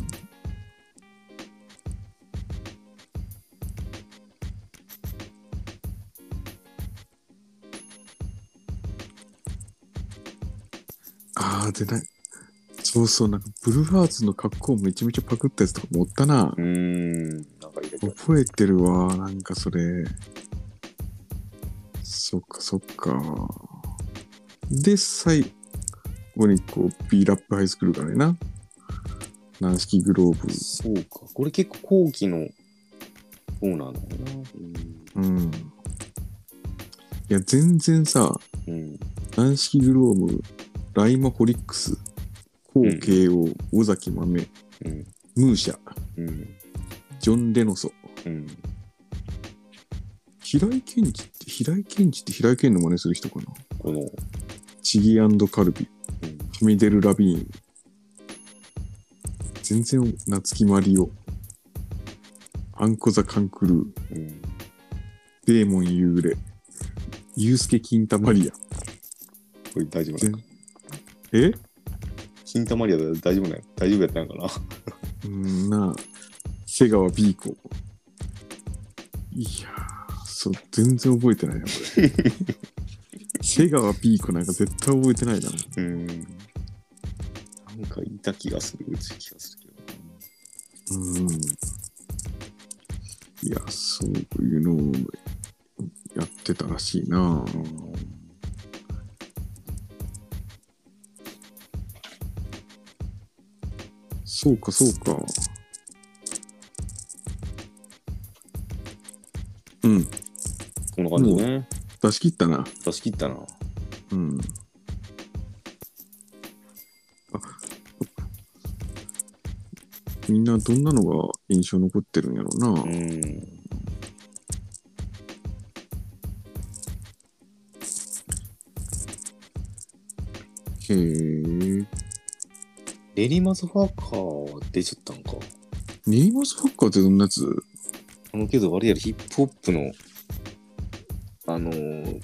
ああ、でない。そうそう、なんかブルーハーツの格好をめちゃめちゃパクったやつとか持ったなう。ーん、なんかいた気がする。覚えてるわ、なんかそれ。そっかそっか。で、最後にこう、B ラップハイスクールからやな。軟式グローブ。そうか、これ結構後期の方なのかな。うんうん。いや、全然さ、うん。軟式グローブ、ライマホリックス、後慶を、尾崎豆、うん。ムーシャ、うん。ジョン・レノソ。うん。平井健二って、平井健二って平井健の真似する人かなこの、チギカルビ、うんハミデル・ラビーン。全然、夏木マリオ。アンコザ・カンクルー、うん。デーモン・ユーレ、ユースケ・キンタマリア。これ大丈夫な全のえ金玉リアだ大丈夫なの大丈夫やったんかなうんなあ、瀬川 B 子。いやー、そう、全然覚えてないな、これ。瀬川 B 子なんか絶対覚えてないな。うん。なんかいた気がする、うち気がするけどな。うん。いや、そういうのをやってたらしいなそうかそうかうんこんな感じね。出し切ったな出し切ったな。うんあみんなどんなのが印象残ってるんやろうな、うん。へえレリマズファーカーは出ちゃったんか。ネイマスファッカーってどんなやつあのけど、あれやろ、ヒップホップの、あのー、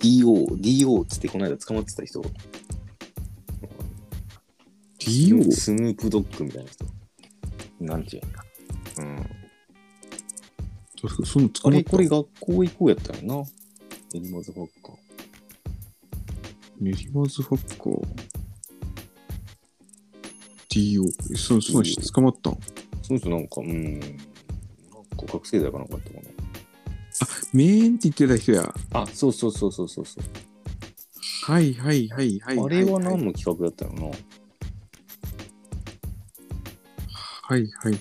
DO、DO っつってこの間捕まってた人。 ?DO? スヌープドッグみたいな人。なんていうんやうん。確かそのあ捕まっれ、たこれ学校行こうやったよな。レリマズファーカー。ネリマズファッカー。DO。その、その人 DO 捕まったんその人なんか、うん。なんか学生だかなんかやったかメーンって言ってた人や。な。あ、そうそうそうそうそうそう。はいはいはいはいいい。あれは何の企画やったよな。はいはいはい。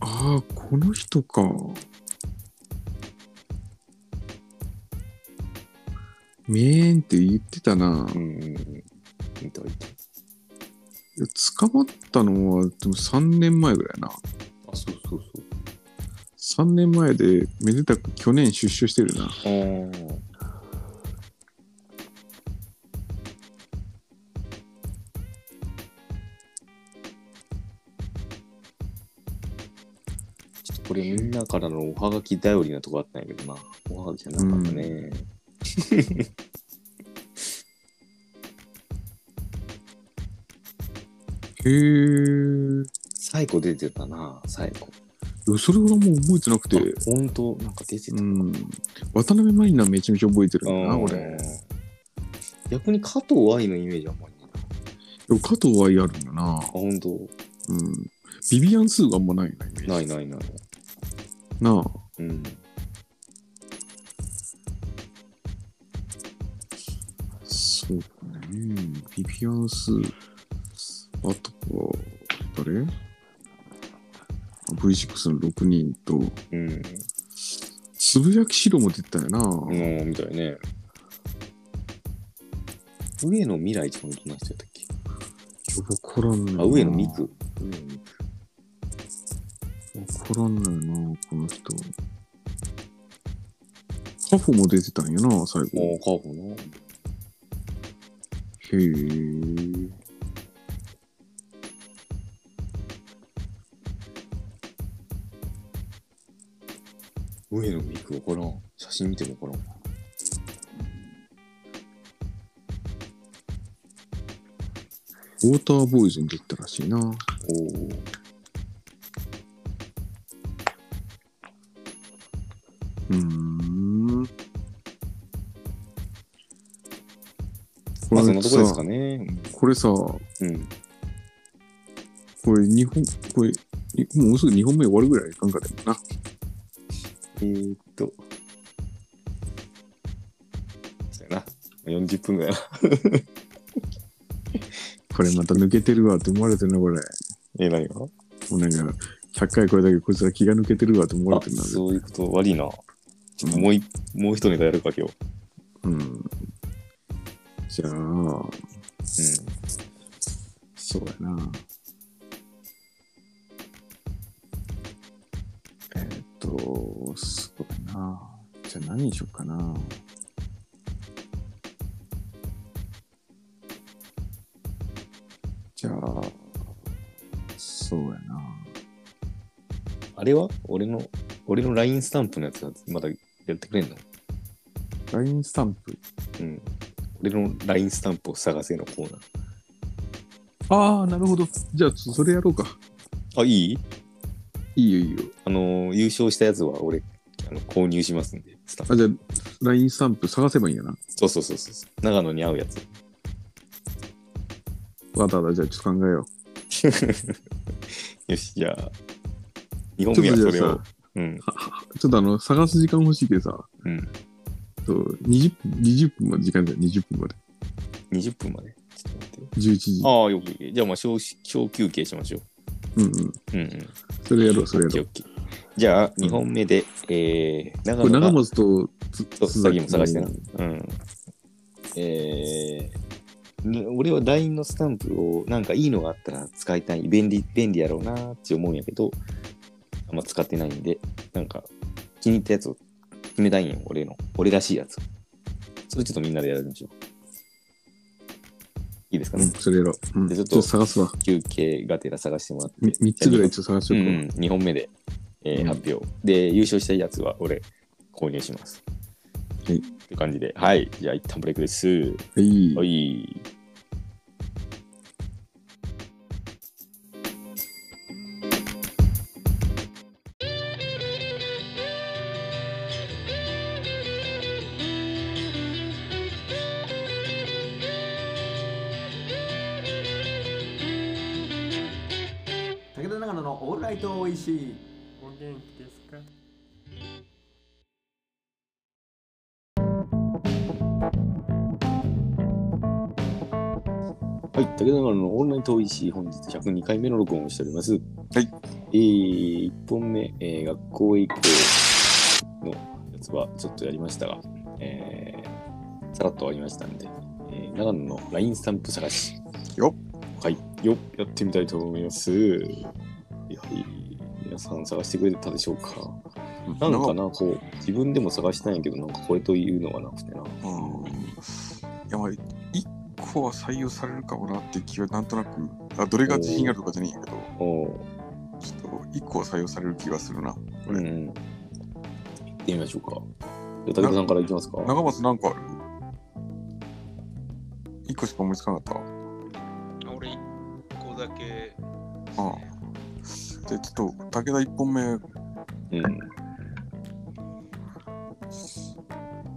ああ、この人か。メーンって言ってたな。うんうんうん。見た見た。捕まったのは、でも3年前ぐらいな。あ、そうそうそう。 3年前で、めでたく去年出所してるな。あーちょっとこれみんなからのおはがき頼りなとこあったんやけどな。おはがきじゃなかったね。へえ。サイコ出てたな、サイコ。いやそれはもう覚えてなくて。あほんと、なんか出てた。うん。渡辺満里奈めちゃめちゃ覚えてるんだな、うん俺。。逆に加藤愛のイメージあんまりないな。でも加藤愛あるんだなあ、。ほんと。うん。ビビアン・スーがあんまないな、イメージないないない。なあ。うん。そうかね。ビビアン・スー。あとは、誰あ ?V6 の6人と、うん。つぶやきしろも出てたよな。うん、みたいね。上野未来ちゃんとな人やったっけわからんな。あ、上野美久。上野美わからんないな、この人。カフォも出てたんやな、最久。後。ああ、カーブな。へえ。上野美久わからん。写真見てもわからん。ウォーターボーイズに出てたらしいな。おお。うーん。こまあ、そんれなとこですさか、ね。これさ、こうん。れ日本、これ、もうすぐ2本目終わるぐらいいかんかでもな。えー、っと。そうやな。40分ぐらいやな。これまた抜けてるわって思われてるな、これ。え、何がもうなんか、100回これだけこいつら気が抜けてるわって思われてるな。あそういうこと悪いな。うんもうい、もう一ネタやるか、今日。うん。じゃあ、うん。そうやな。えーっと、そうだな。じゃあ何にしよっかな。じゃあ、そうやな。あれは俺の、俺の LINE スタンプのやつはまだやってくれんの LINE スタンプ。うん。俺の LINE スタンプを探せのコーナー。ああ、なるほど。じゃあ、それやろうか。あ、いいいいよ、いいよ。あのー優勝したやつは俺、あの購入しますんで、スタンプ。あ、じゃあ、LINE スタンプ探せばいいんやな。そうそうそうそう。長野に合うやつ。 <laughs> わかったわかった、じゃあ、ちょっと考えよう。よし、じゃあ、2本ち目ょはっとそじれゃあをさ。、うん。はちょっとあの、探す時間欲しいけどさ、うん。そう20分、20分まで時間だよ、20分まで。 20分まで。ちょっと待ってよ。 11時。ああ、よくじゃあ、まあ小、小休憩しましょうんうん。う。うんうん。それやろう、それやろう。オッケーオッケーじゃあ、2本目で、えー、こ長れ、野長が松とつ、そう津さっきも探してなの。うん。えー、ね俺は LINE のスタンプをなんかいいのがあったら使いたい。便利、便利やろうなって思うんやけど、あんま使ってないんで、なんか気に入ったやつを決めたいんよ、俺の。俺らしいやつ。それちょっとみんなでやるんでしょう。いいですかうね。ん、それやろう。うん、でちちょょっっとと探すわ。休憩がてら探してもらって。み3つぐらいちょっと探しうとくわ。ん、2本目で、えーうん発表。で、優勝したやつは俺、購入します。はいという感じで、はい。じゃあ、一旦ブレイクです。はい。はい。武田長野のオールライトおいしいお元気ですかはい、武田長野のオンライン遠いし、本日102回目の録音をしております。はい。えー、1本目、えー学校へ行こうのやつはちょっとやりましたが、えー、さらっと終わりましたんで、えー長野の LINE スタンプ探し。よはい、よやってみたいと思います。はい、皆さん探してくれたでしょうか。なんかな、こう、自分でも探したんやけど、なんかこれというのがなくてな。うんいやまあ1個は採用されるかもなっていう気はなんとなくあどれが自信があるとかじゃないんやけどおーちょっと1個は採用される気がするなこうれん。行ってみましょうか。じゃあ、武田さんからいきますか。長松なんかある1個しか思いつかなかっ俺一個だけ。たああでちょっと武田1本目うん。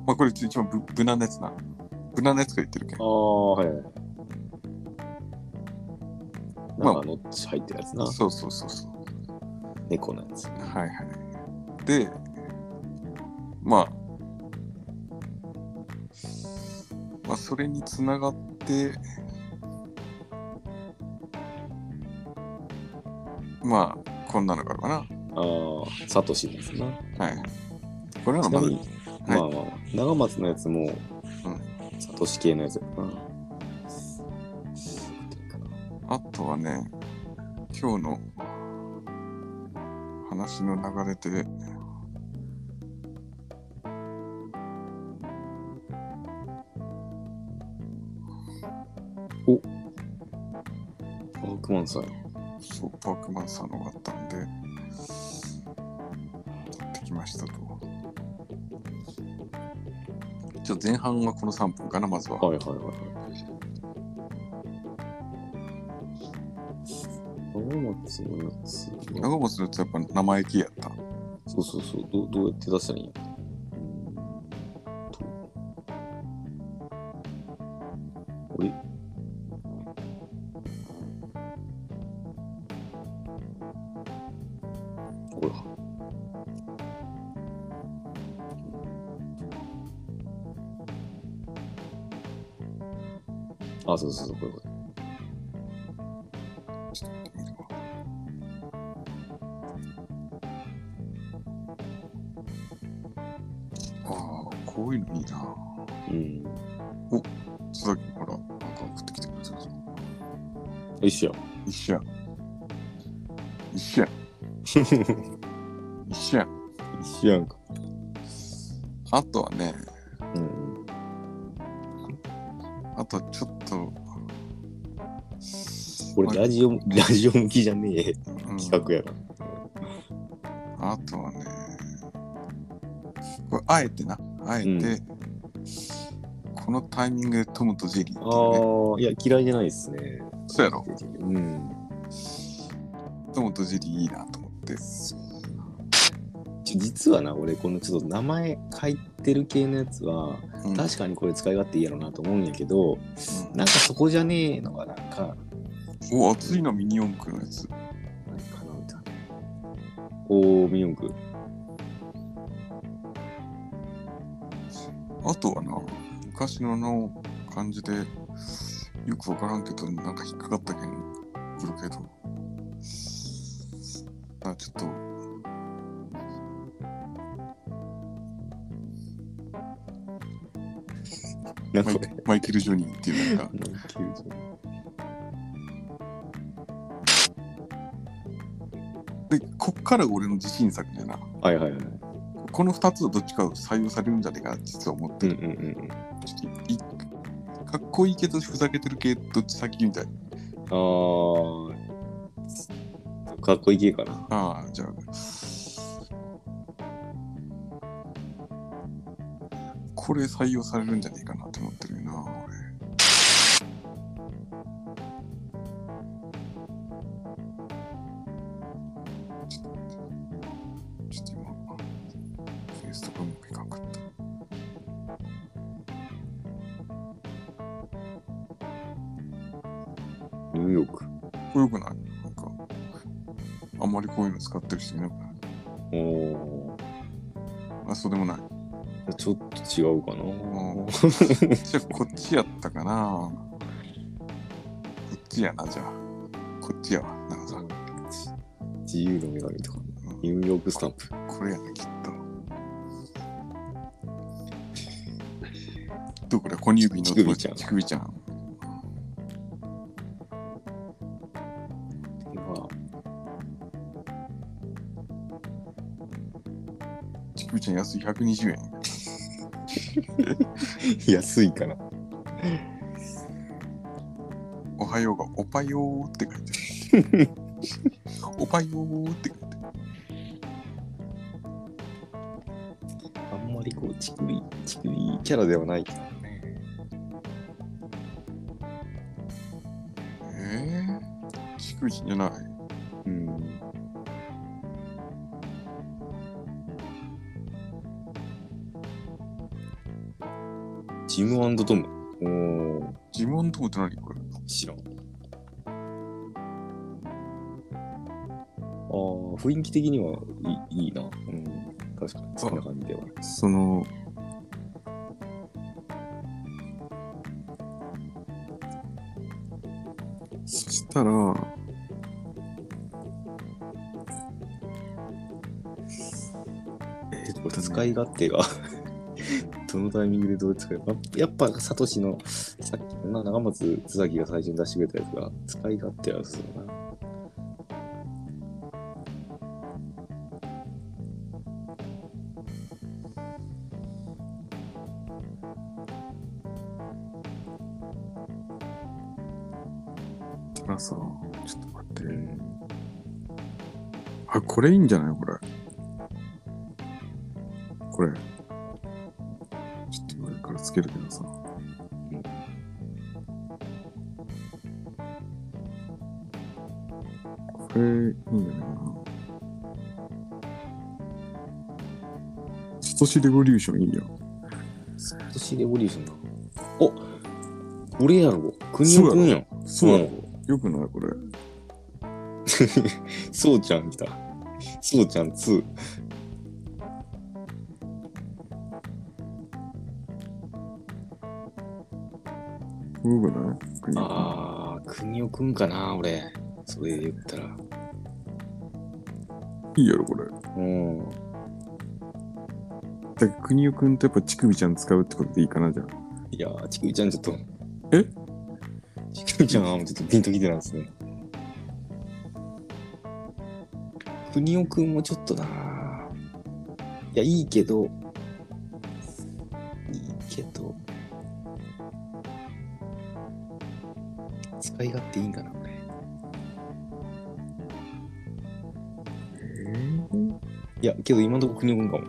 まあこれ一番ぶ無難なやつな無難なやつが言ってるけんああ、はい。まなあんか、のっち入ってるやつな。そうそうそうそう猫のやつ。はいはいでまあまあそれにつながってまあこんなのがあるかああ、サトシのやつな。なはいこれはちまなだみに、まあまあ、長松のやつも、サトシ系のやつやな。あとはね今日の話の流れでパークマンさん。そうパークマンさんのがあったんで取ってきましたとちょっと前半はこの3分かなまずははいはいはいはい。長松のやつは長松のやつやっぱ生意気やったそうそうそう、どうどうやって出したらいいんやおい。ほら。あ、そうそうそう、これこれ。ちょっと待ってみるわああこういうのいいなうん。須崎ほらなんか送ってきてくれてるぞよいしょ。一緒や一緒や一緒や一緒やんか。あとはねうん。あとちょっと、俺、ラジオ、 <laughs> ラジオ向きじゃねえうん企画やな。あとはね、これあえてな、あえて、うんこのタイミングでトムとジェリーっていうね、ああ、いや、嫌いじゃないですね。そうやろ、うん。トムとジェリーいいなと思って、ちょ実はな、俺、このちょっと名前書いてる系のやつは、うん確かにこれ使い勝手いいやろうなと思うんやけど、なんかそこじゃねえのが、なんか、うんお、熱いのミニ四駆のやつ。何かなみたいな。おー、ミヨンク。あとはな、昔のの感じで、よくわからんけど、なんか引っかかったけん、来るけど。あ、ちょっと。なんか <laughs> マイこれ。マイケル・ジョニーっていうなんか、で、こっから俺の自信作だよな。はいはいはい。この2つのどっちかを採用されるんじゃねえかなって実は思ってうんうる。んうんちょっといかっこいいけどふざけてる系どっち先みたいな。うん。ああ。かっこいい系かな。ああ、じゃあ。これ採用されるんじゃねえかなって思ってるよな、俺。ちょっと今、フェースとかうまくいかんかった。ニューヨーク。これよくないなんか、あんまりこういうの使ってる人いなくないおおー。あ、そうでもない。ちょっと違うかな。じゃあ <laughs> こっちやったかなこっちやなじゃあこっちやわなんかさ、自由の女神とか。うんニューヨークスタンプ。これやなきっとどこだ小指の乳首ちゃん乳首ちゃんま乳首ちゃん安い120円あ安いかな。おはようがおぱよーって書いてある <laughs> おぱよーって書いてあるあんまりこう、乳首、乳首キャラではないけどね。えー、乳首ちゃんじゃないうん。ジムトム。おー、自分とこって何これ知らん。あー、雰囲気的にはいいいいな。うん。確かに、そんな感じでは。そのそしたら、ちょっと使い勝手が <laughs> どのタイミングでどう使えばやっぱサトシのさっきのな長松椿が最初に出してくれたやつが使い勝手はそうだなたらさ、ちょっと待って。あ、これいいんじゃないこれ。これ。ちょっと上からつけるけどさ。これ、いいんじゃないかな。サトシレボリューションいいやん。サトシレボリューションなお俺やろくにょくんやんそうやろ、んよくないこれ。そうちゃん来たそうちゃん2よくない国あーくにょくんかな俺それで言ったらいいやろ、これ。うんだから、国尾くんとやっぱ乳首ちゃん使うってことでいいかな、じゃあ。いやーちくいちゃんちょっとえちくいちゃんはもうちょっとピンときてないですねふにおくんもちょっとなーいやいいけどいいけど使い勝手いいんかなこれいやけど今のところふにおくんかも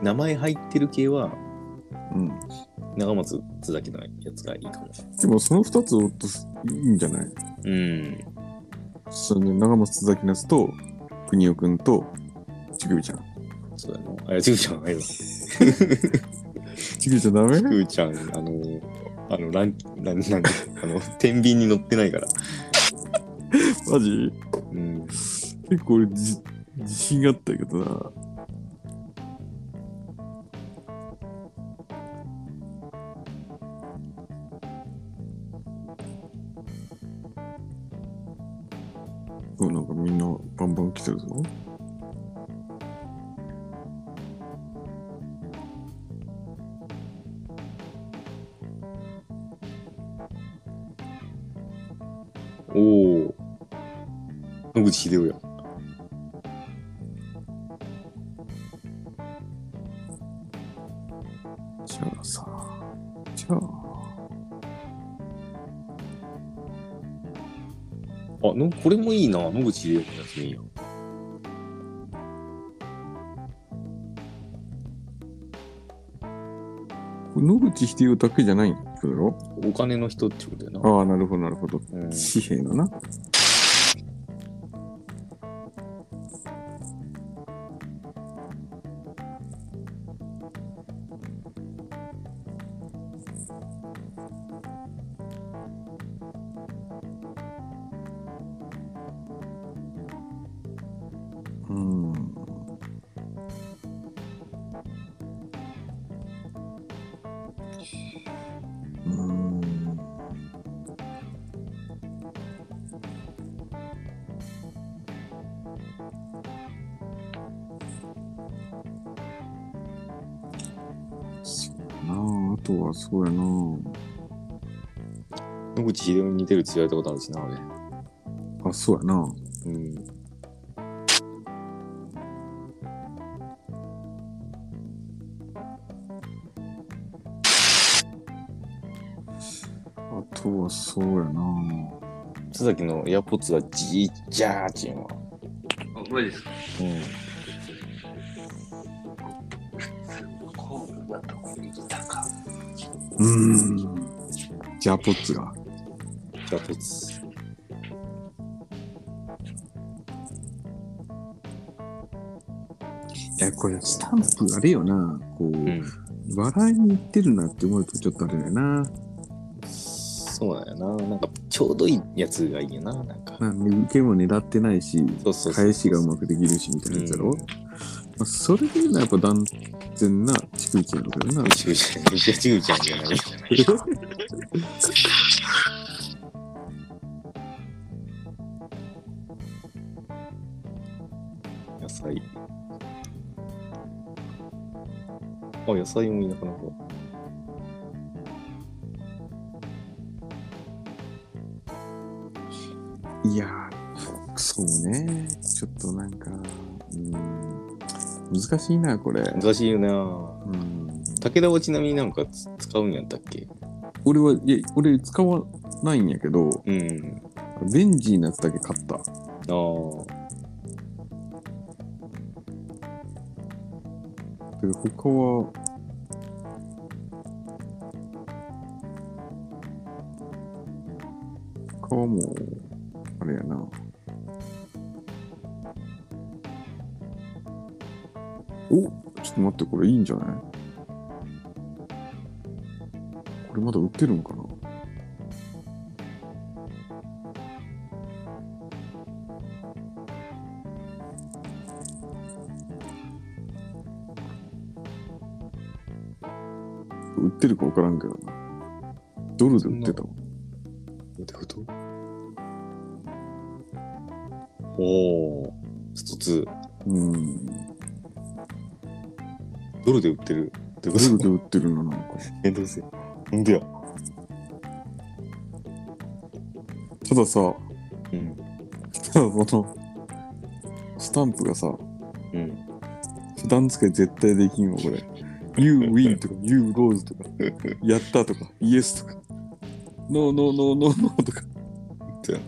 名前入ってる系はうん。長松津崎のやつがいいかも。でも、その二つをといいんじゃないうん。その長松崎のやつと、国尾くんと、乳首ちゃん。そうやな。あ、いやちぐちゃん、あれだ。ち乳首ちゃんダメぐちゃん、あの、あの、ラン、ラン、なんか、あの、天秤に乗ってないから。マジうん。結構俺、じ自信があったけどな。構なんかみんなバンバン来てるぞ。おお。野口秀夫や。じゃあさ、じゃあ、あ、のこれもいいな。野口秀夫のやつもいいよ。野口秀夫だけじゃないんだろお金の人ってことやな。ああ、なるほど、なるほど。うん、紙幣のな。うん。うん。なあ、あとはそうやな。野口秀夫に似てるって言われたことあるしな、俺。あ、そうやな。うん。あとはそうやな。須崎のエアポッツはジージャーチンは。あ、マジですかうん。こんなとこに来たか。うーん。ジャポッツが。エアポッツ。いや、これスタンプあれよな。こう、うん。笑いにいってるなって思うとちょっとあれだよな。そうなんやな。なんか、ちょうどいいやつがいいよな。なんか。なんで受けも狙ってないし、そうそうそう返しがうまくできるしみたいなやつだろ。うんまあ、それで言うのはやっぱ断然な乳首ちゃんだけどな。ちぐちゃん、ちぐちゃんじゃない。野菜。あ、野菜もいなくなった。いやー、そうね。ちょっとなんか、うーん、難しいな、これ。難しいよな。うん、武田はちなみになんかつ使うんやったっけ俺は、いや、俺使わないんやけど、うん。ベンジーのやつだけ買った。ああ。で他は、他はもう、あれやな。おちょっと待って、これいいんじゃないこれまだ売ってるんかな売ってるか分からんけどな。ドルで売ってたわ。どういうことおお。ストツーうん。ドルで売ってる。どうドいルうこで売ってるな、なんか。とえ、どうせ。なんでや。たださ、うん。ただその、スタンプがさ、うん。普段使い絶対できんわ、これ。You win とか、You rose とか、やったとか、Yes とか、No, no, no, no, no とか。そうや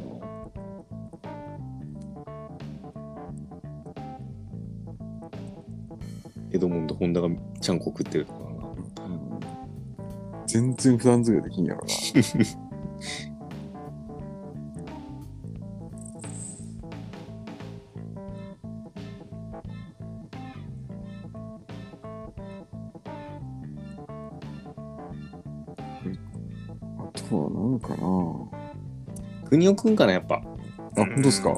な。エドモンド、ホンダがちゃんこ食ってるからな。全然普段使いできんやろな。あとは何かな国尾くんかな、やっぱ。あ、本当ですか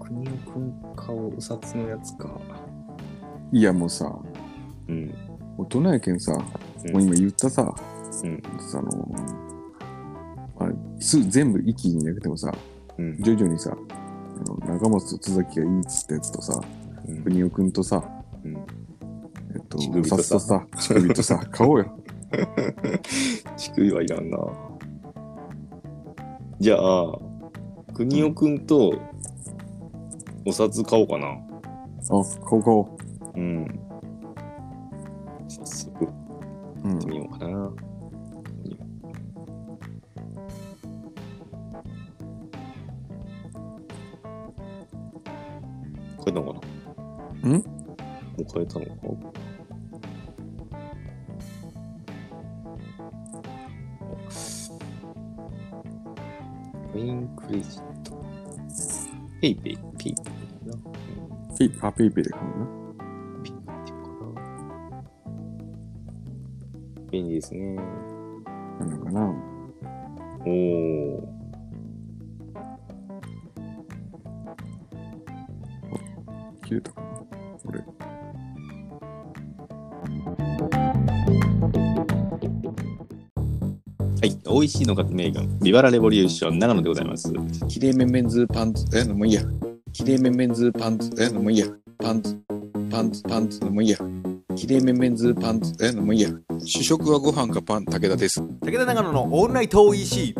国尾くんかをお札のやつか。いやもうさ、うん。大人やけんさ、うんもう今言ったさ、うんその、まあ、す全部一気になくてもさ、うん。徐々にさ、あのな赤松と津崎がいいっつったやつとさ、うん邦雄くんとさ、うんえっと、乳首さとっさささ、乳首と <laughs> さ、買おうよ。乳首はいらんな。じゃあ、国尾くんとお札買おうかな。あ、買おう買おう。うん。早速行うんってみようかな。変えたのかなんもう変えたのかコインクレジット。ペイペイ、ペイペイかな。うんペイあ、ペイペイで買うな。便利ですね。なのかな。おお。切れたかな。俺。はい。美味しいの革命軍、ビバラレボリューション、長野でございます。きれいめんめんずーパンツ、え、のもいいや。きれいめんめんずーパンツ、え、のもいいや。パンツ、パンツ、パンツ、のもいいや。きれいめんめんずーパンツ、え、のもいいや。主食はご飯かパン、武田です。武田長野のオールナイト EC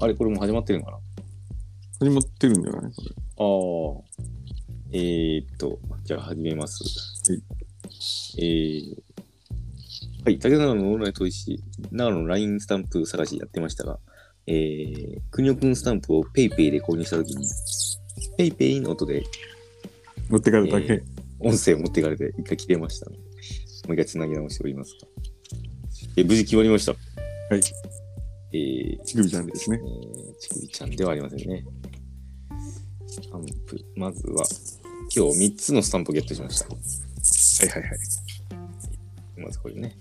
あれ、これもう始まってるのかなあ始まってるんじゃないこれ。あー。えー、っと、じゃあ始めます。はい。えー。はい、竹田長野のオールナイト美味しい、長野の LINE スタンプ探しやってましたが、えー、くにおくんスタンプを PayPay ペイペイで購入したときに、PayPay ペイペイの音で持ってかれただけ。えー音声を持っていかれて一回切れましたね。もう一回つなぎ直しておりますが。え無事決まりました。はい。えー、乳首ちゃんですねそうですね。ちくびちゃんではありませんね。スタンプ、まずは、今日3つのスタンプをゲットしました。はいはいはい。まずこれね。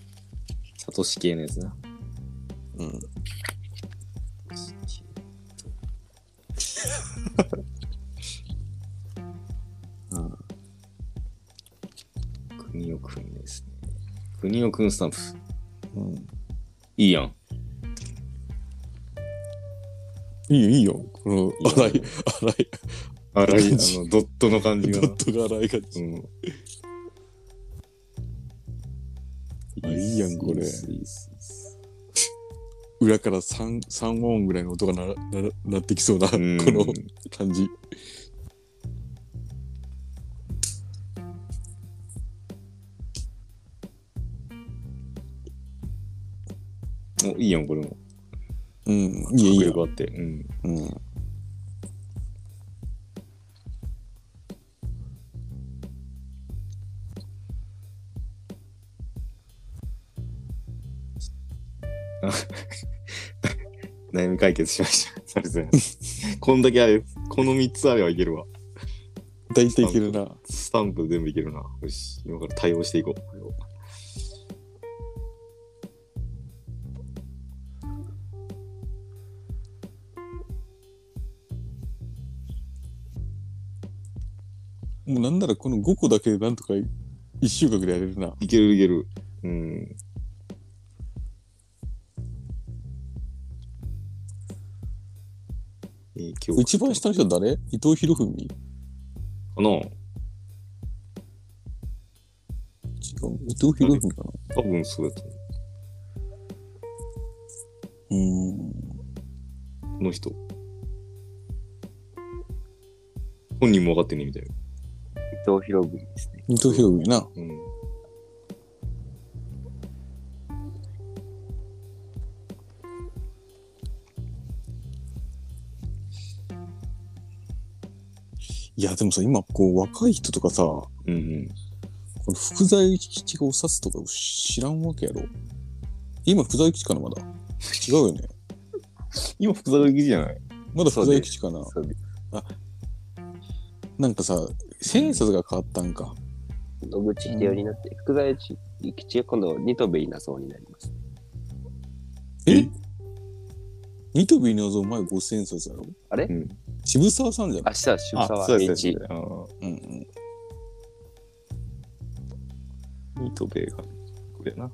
サトシ系のやつな。うん。国尾くんですね。国尾くんスタンプ。うん。いいやん。いいよ、いいよ。この、荒い、荒い、あらい、あ感じの、ドットの感じがド。ットが荒い感うじ。ん。あいいやんこれいいっすいいっすいいっす裏から3、三音ぐらいの音がなら、なら、なってきそうな、こうんの感じ。おいいやん、これも。うん、いいよ、いい迫よ。力あって。うん。うん。悩み解決しました。ありがとうございます。こんだけあれ、この3つあればいけるわ。大体いけるな。スタンプ全部いけるな。よし、今から対応していこう。これをもうなんならこの5個だけでなんとか1週間ぐらいやれるな。いけるいける。うん。影響一番下の人誰伊藤博文違かなう。伊藤博文かな多分そうだと思うーん。う。この人。本人も分かってねみたいな。藤博文ですね。伊藤博文な。うん。いや、でもさ、今こう若い人とかさ、こうんうん。の福沢諭吉がお札とか知らんわけやろ。今福沢諭吉かなまだ。違うよね。今、福沢諭吉じゃないまだ福沢諭吉かなそうですなんかさ、千円札が変わったんか。野口秀夫になって、福沢諭吉が今度、ニトベイナソになります。えニトビのぞ前五千円札やろあれうん渋沢さんじゃない明日は渋あ、沢そう栄です一ね。。あうんうん。ーニートベイが、これやな。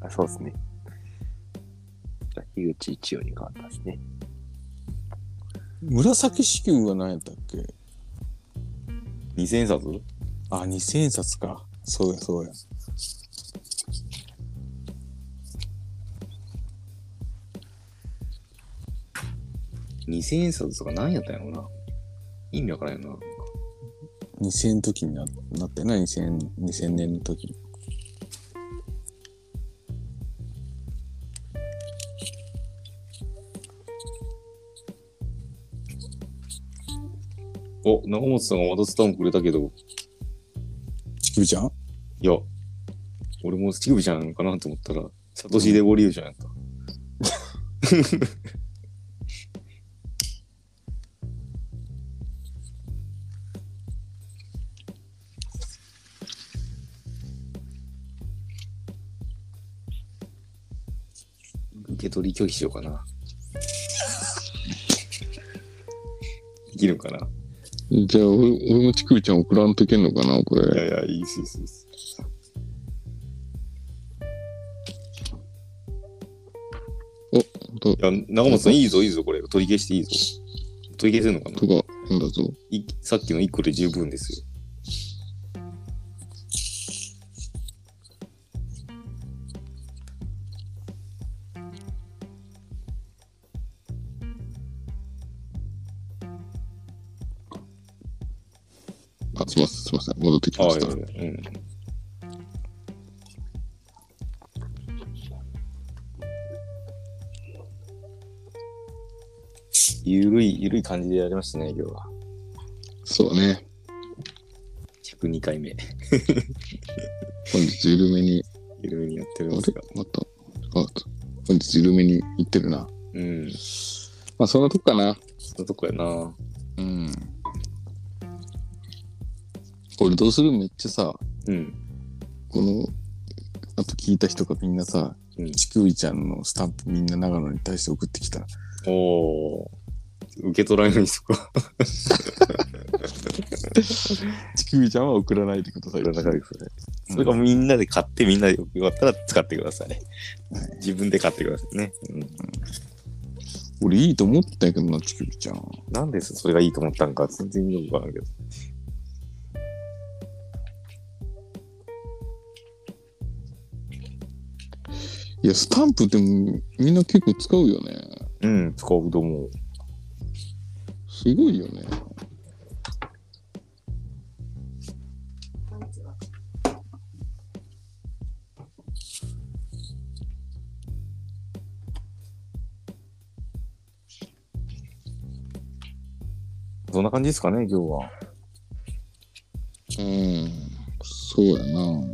あそうですね。じゃあ樋口一葉に変わったんですね。紫式部は何やったっけ2000円札あ、二千冊か。そうや、そうや。 ?2000 円札とか何やったんやろうな。意味わからんよな。二千の時にななってな、二千、二千年の時。お、中本さんがまたスタンプくれたけど、ちくびちゃんいや、俺も乳首ちゃんかなと思ったら、サトシデボリューションやった。受け取り拒否しようかな。できるかなじゃあ、俺俺もちくびちゃん送らんといけんのかな、こいやれ。いや、いいです、いいですいいです。おいや、中本さん、いいぞ、いいぞ、これ。取り消していいぞ。取り消せるのかなとか、なんだぞ。いさっきの1個で十分ですよ。あ、すいません、すいません。戻ってきまああ、しいたや。いやうん。ゆるい、ゆるい感じでやりましたね、今日は。そうね。 102回目。本日緩めに、ゆるめにやってあるれんですが。また、あ本日緩めに行ってるな。うん。まあ、そんなとこかな。そんなとこやな。うん。これどうするめっちゃさ、うん。この、あと聞いた人がみんなさうん、ちくびちゃんのスタンプみんな長野に対して送ってきた。おお。受け取らないそこは。ちくびちゃんは送らないでください。 <laughs> それがみんなで買って、みんなでよかったら使ってください。自分で買ってくださいね。うん。俺いいと思ったんやけどな、ちくびちゃん。なんでそれがいいと思ったんか、全然よくわからんけど。いや、スタンプでもみんな結構使うよね。うん、使うと思う。すごいよね。そんな感じですかね、今日は。うん。そうやな。うん。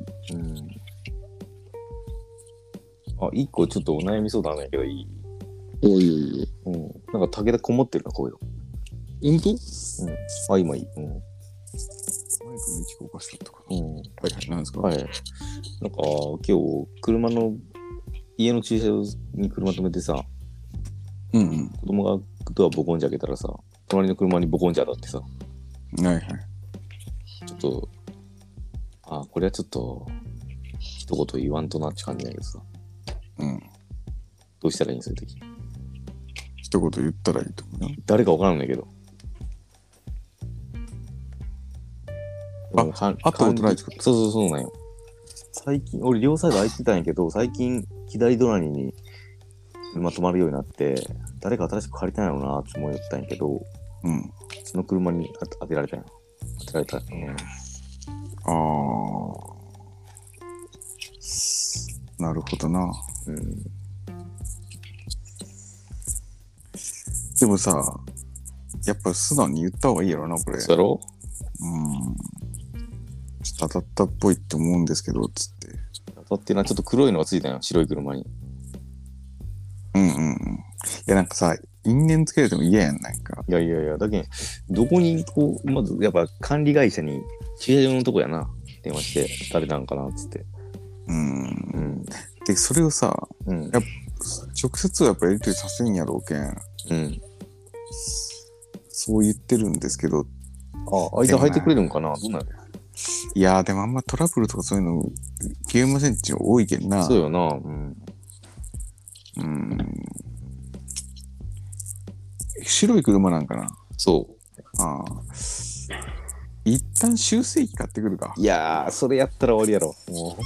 あ、一個ちょっとお悩み相談なんやけど、いい。おいおいうん。なんか武田こもってるな、声が。おい。ほんとあ、今いい。うん。マイクの位置がおかしかったかうん。はいはい、なんですかはい。なんか、今日、車の、家の駐車場に車止めてさ、うん子供がドアボコンじゃ開けたらさ、隣の車にボコンじゃ当たってさ、うん。はいはい。ちょっと、あ、これはちょっと、一言言わんとなって感じだけどさ、うん。どうしたらいいんそういう時。一言言ったらいいと思うよ。誰かわからんんだけど。あうんかん会ったことないってこかんそうそうそうなんよ。最近、俺両サイド空いてたんやけど、最近左隣に車止まるようになって、誰か新しく借りたんやろうなって思いよったんやけど、うん。その車に当て当てられたんや。当てられた。うん。ああ。なるほどな。うん、でもさ、やっぱ素直に言った方がいいやろな、これ。そうやろうん。ちょっと当たったっぽいって思うんですけど、つって。当たってな、ちょっと黒いのがついたんよ。白い車に。うんうんうん。いや、なんかさ、因縁つけられても嫌やん、なんか。いやいやいや、だけんどこにこう、まずやっぱ管理会社に駐車場のとこやな。電話して、誰なんかなっつって。うん。うん。で、それをさ、うん。直接はやっぱやりとりさせんやろうけん。うん。そう言ってるんですけど、あ、間入ってくれるんかなどうなるいやー、でもあんまトラブルとかそういうの、ゲームセンチ多いけんな。そうよな。うん。うん。白い車なんかな。そああ。一旦修正機買ってくるかう。。いやー、それやったら終わりやろ。も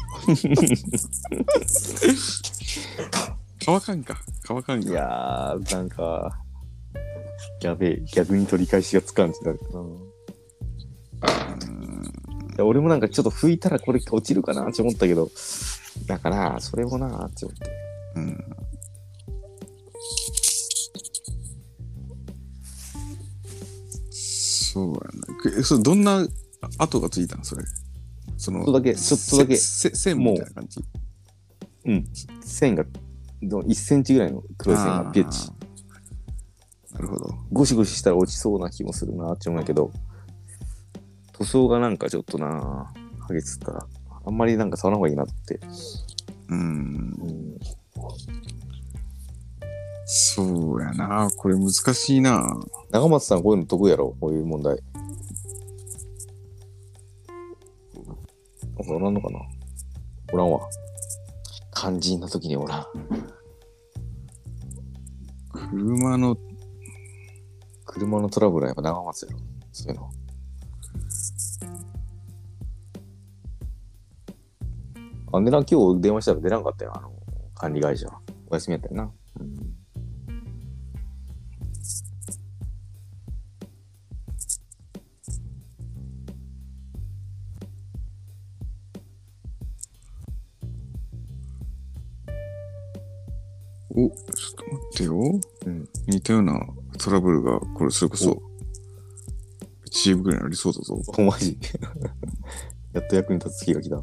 乾かんか。乾かんう。いか。やー、なんか、やべえ、逆に取り返しがつかんってなるな。いや俺もなんかちょっと拭いたらこれ落ちるかなって思ったけど、だから、それもなーって思って。うん。そうやな。えそれどんな跡がついたのそれ。そちのょっとだけ、ちょっとだけ、せせ線みたいな感じ。うん、線が、ど1センチぐらいの黒い線がピュッチ。あーなるほど。ゴシゴシしたら落ちそうな気もするなって思うんやけど、塗装がなんかちょっとなぁ、ハゲつったら、あんまりなんか触らん方がいいなって。うん。うん、そうやな。これ難しいな。長松さんこういうの得意やろこういう問題。なんかおらんのかなおらんわ。肝心な時におらん。車の、車のトラブルはやっぱ長松やろそういうの。あ、でな、今日電話したら出なかったよ、あの、管理会社。お休みやったよな。お、ちょっと待ってよ。うん似たようなトラブルが、これ、それこそ、チームぐらいありそうだぞ。おマジやっと役に立つ気が来た。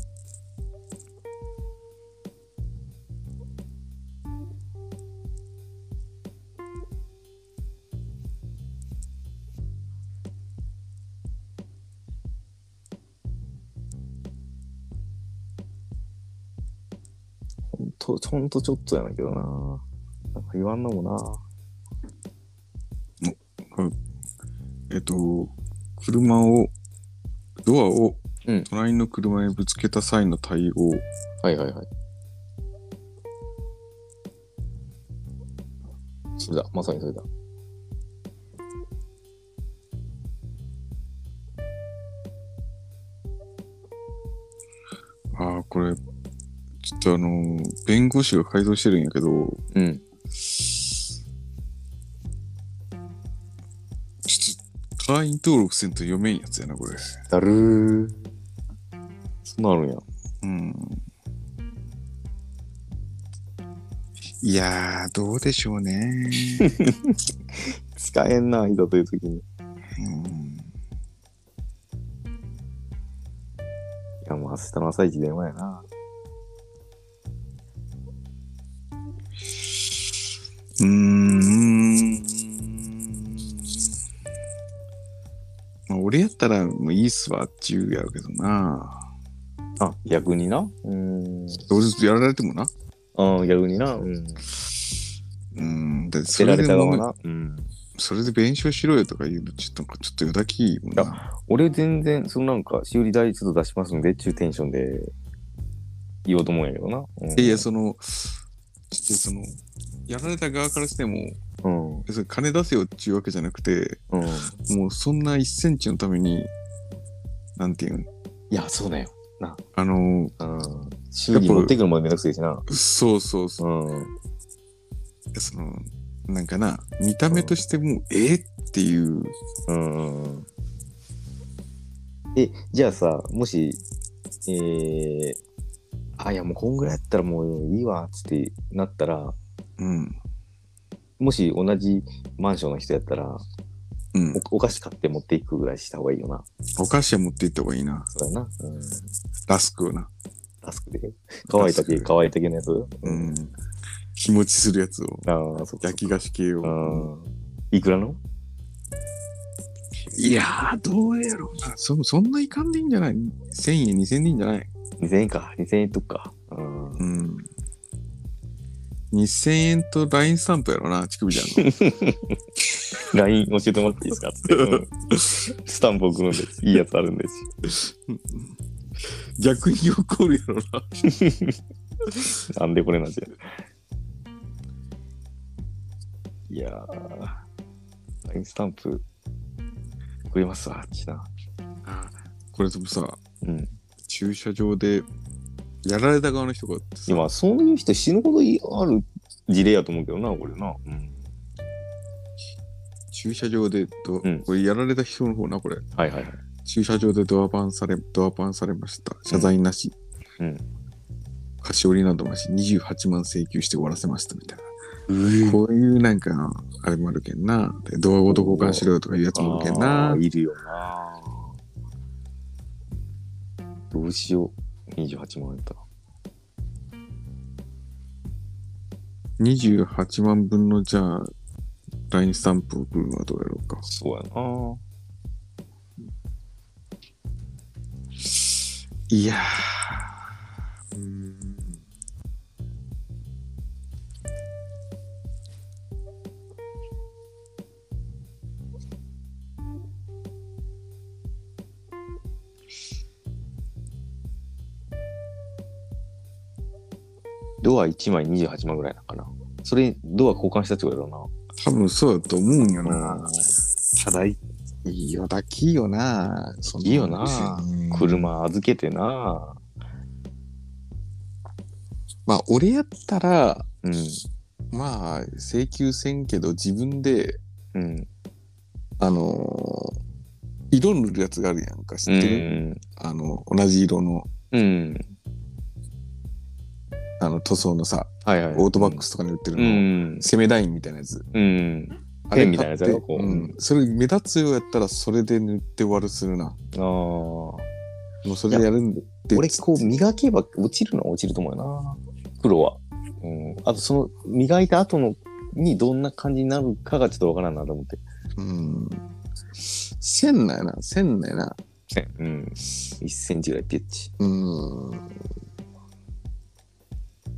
ほんと、ほんとちょっとやねんけどな。なんか言わんのもな。えっと、車を、ドアをうん、隣の車にぶつけた際の対応。はいはいはい。それだ、まさにそれだ。ああ、これ、ちょっとあのー、弁護士が改造してるんやけど、うん。ちょっと、会員登録せんと読めんやつやな、これ。だるー。そうなるんや。うん。いやー、どうでしょ <laughs> うね。使えんな、いざという時に。いうんや、もう明日の朝一電話やな。うーん。まあ、俺やったらもういいっすわって言うやろうけどな。あ、逆にな。うーん。どうせやられてもな。あ逆にな。うん。うん。だってそ捨てられれでた側もな。うん。それで弁償しろよとか言うのちょっとなんかちょっとよだきいいもんな。俺全然、そのなんか、修理代ちょっと出しますんで、っていうテンションで言おうと思うんやけどな。うん、いや、その、ちょっとその、やられた側からしても、うん。うん。それ金出せよっていうわけじゃなくて、もうそんな1センチのために、なんていうん、いや、そうだよ。あの、うん。修理持ってくるまでめんどくせえしな。そうそうそう。うん。そのなんかな見た目としてもう、えっていううんうんうんえ、じゃあさ、もし、えー、あ、いやもうこんぐらいやったらもういいわ、つってなったら、うんもし同じマンションの人やったら、うんおお菓子買って持っていくぐらいした方がいいよな。お菓子は持って行った方がいいなそうだな。うん。ラスクをなタスクで。乾いたけ、タスク乾いたけのやつ。ううん。ん日持ちするやつをああ、そっか。焼き菓子系うをん。いくらのいやーどうやろうなそそんないかんでいいんじゃない1000円2000円でいいんじゃない ?2000 円か。2000円とか。うん。うん2000円と LINE スタンプやろな乳首ちゃんの LINE 教えてもらっていいですかつって。うんスタンプ送るんです。いいやつあるんです。 <laughs> 逆に怒るやろな。 <laughs> なんでこれなんて。いやー、ラインスタンプ、くれますわ、ちな。これでもさ、うん駐車場でやられた側の人がってさ今、そういう人死ぬほどある事例やと思うけどな、これな。うん。駐車場でドうア、んこれやられた人の方な、これ。はいはいはい。駐車場でドアバンされ、ドアバンされました。謝罪なし。うん菓子折りなどなし、28万請求して終わらせましたみたいな。こういうなんか、あれもあるけんな。でドアごと交換しろよとかいうやつもあるけんあなー。いるよな。どうしよう。28万円と。 28万分のじゃあ、LINE スタンプを送るのはどうやろうか。そうやな。いやーうーんドア1枚28万ぐらいなのかな。それ、ドア交換したってことやろ多分そうだと思うんような。な。ただ、いいよだきいよな。そんいいよなうん車預けてな。まあ、俺やったら、うん。まあ、請求せんけど、自分で、うん。あのー色塗るやつがあるやんか、知ってる、あの、同じ色の、うん。うん。あの、塗装のさ、はいはい。オートバックスとかに売ってるうの、ん。攻めラインみたいなやつ。うん。あれペンみたいなやつやろ買ってこううん。それ目立つようやったら、それで塗って終わるするな。ああ。ももうそれでやるんで。俺、こう、磨けば落ちるのは落ちると思うよな。黒は。うん。あと、その、磨いた後の、にどんな感じになるかがちょっとわからんなと思って。うん。線なんやな、線なんやな。うん。1センチぐらいピッチ。うん。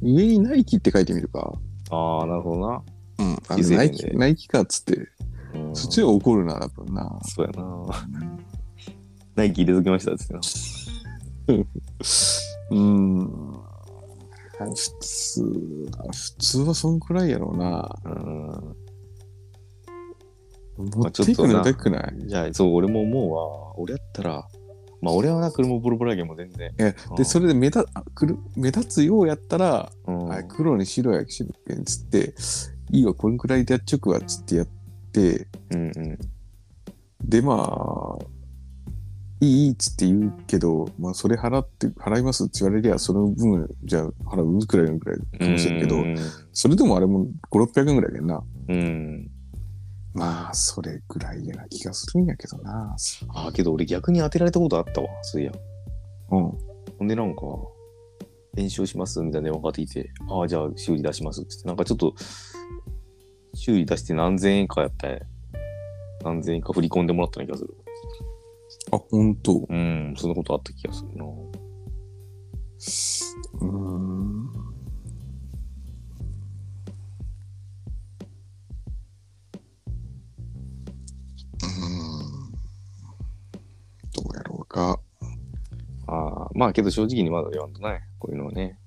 上にナイキって書いてみるか。ああ、なるほどな。うん。あ油の性ナイペンキ、でナイキかっつって。うんそっちは怒るな、多分な。そうやな。ナイキ入れときましたっつってな。うん。普通は、普通はそんくらいやろうな。うん。持あっちょてっいとくなのでくないじゃあ、そう、俺も思うわ。俺やったら、まあ、俺はな、車ボロボロやけんもう全然。えで、それ、れで目立あくる目立つようやったら、うんあ黒に白や白やんつって、いいわ、これくらいでやっちょくわ、つってやって、うんうん。で、まあ、いいいいっつって言うけど、まあ、それ払って、払いますって言われりゃ、その分、じゃあ、払うくらいのくらいかもしれんけど、うんそれでもあれも5、600円くらいだよな。うん。まあ、それぐらいやな気がするんやけどな。ああ、けど俺逆に当てられたことあったわ、そういや。うん。ほんでなんか、練習しますみたいな電話かかってきて、ああ、じゃあ修理出しますって言って、なんかちょっと、修理出して何千円かやったんや何千円か振り込んでもらったような気がする。あ、ほんと。うん、そんなことあった気がするな。うーん。どうやろうか。ああ、まあけど正直にまだ言わんとない、こういうのはね。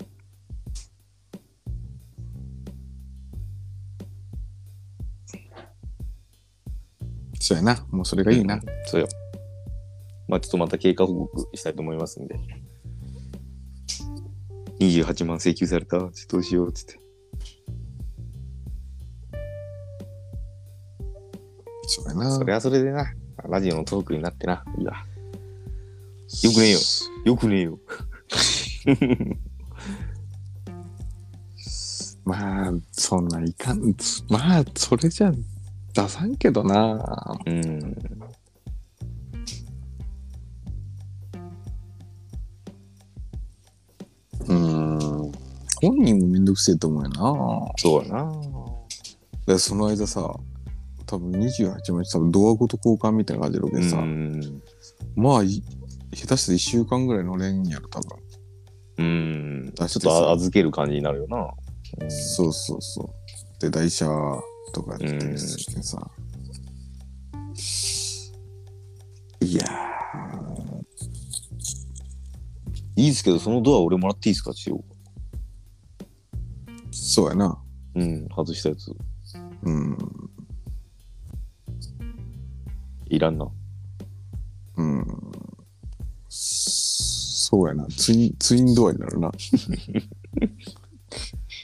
そうやな。もうそれがいいな。。そうよ。まあちょっとまた経過報告したいと思いますんで。28万請求された。ちょっとどうしようっつって。そうやな。それはそれでな。ラジオのトークになってな。いいわ。よくねえよ。よくねえよ。まあ、そんないかん。まあ、それじゃ出さんけどな。うん。うーん。本人もめんどくせえと思うよな。そうやな。でその間さ多分28日多分ドアごと交換みたいな感じでロケさ、うん。まあい下手して1週間ぐらい乗れんやろ多分うん。ちょ出っしてさと預ける感じになるよな。そうそうそうで台車とかやってうんしてさ、いやーいいですけど、そのドア俺もらっていいですか、千代。そうやな。うん、外したやつ。うん。いらんな。うん。そうやな。ツイン、ツインドアになるな。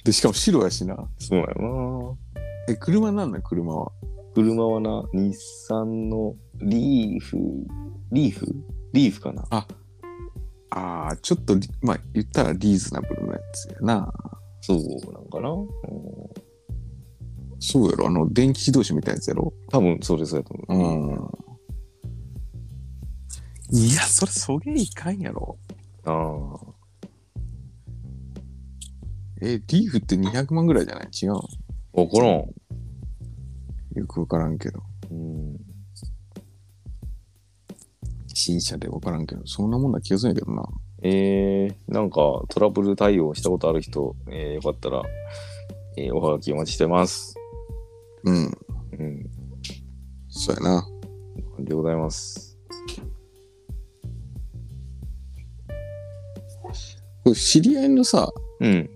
で、しかも白やしな。そうやな。え、車なんなん車は。車はな、日産のリーフ、リーフリーフかな。ああ、ちょっとリ、まあ、言ったらリーズナブルなやつやな。そうなんかな。うんそうやろ。あの、電気自動車みたいなやつやろ。多分、それそうやとう思う。ん。いや、それ、そげいかんやろ。ああ。え、リーフって200万ぐらいじゃない違う。わからん。よくわからんけど。うん。新車でわからんけど、そんなもんな気がするんやけどな。えー、なんかトラブル対応したことある人、えー、よかったら、えー、おはがきお待ちしてます。うん。うん。そうやな。でございます。これ知り合いのさ、うん。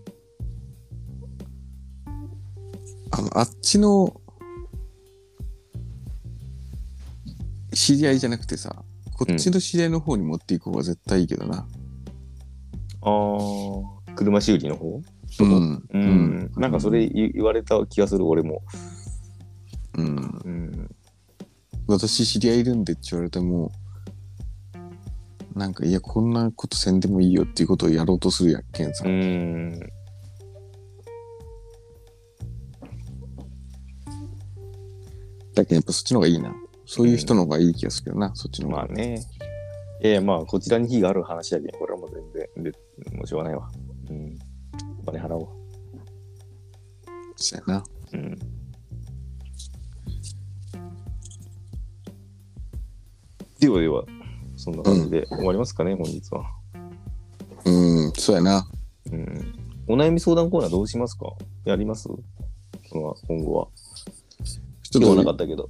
あの、あっちの、知り合いじゃなくてさ、こっちの知り合いの方に持っていく方が絶対いいけどな。あー、車修理の方うん。うん、なんかそれ言言われた気がする、俺も。うん。うん。私知り合いいるんでって言われても、なんか、いや、こんなことせんでもいいよっていうことをやろうとするやんけんさう。ん。だけどやっぱそっちの方がいいな。そういう人の方がいい気がするけどな、そっちの方が。まあね。いやいや、まあ、こちらに非がある話だけど、これはもう全然、でもうしょうがないわ。うん。お金払おうわ。そうやな。うん。ではでは、そんな感じで終わりますかね、本日は。うん、そうやな。うん。お悩み相談コーナーどうしますかやりますその今後は。ちょっ今日はとなかったけど。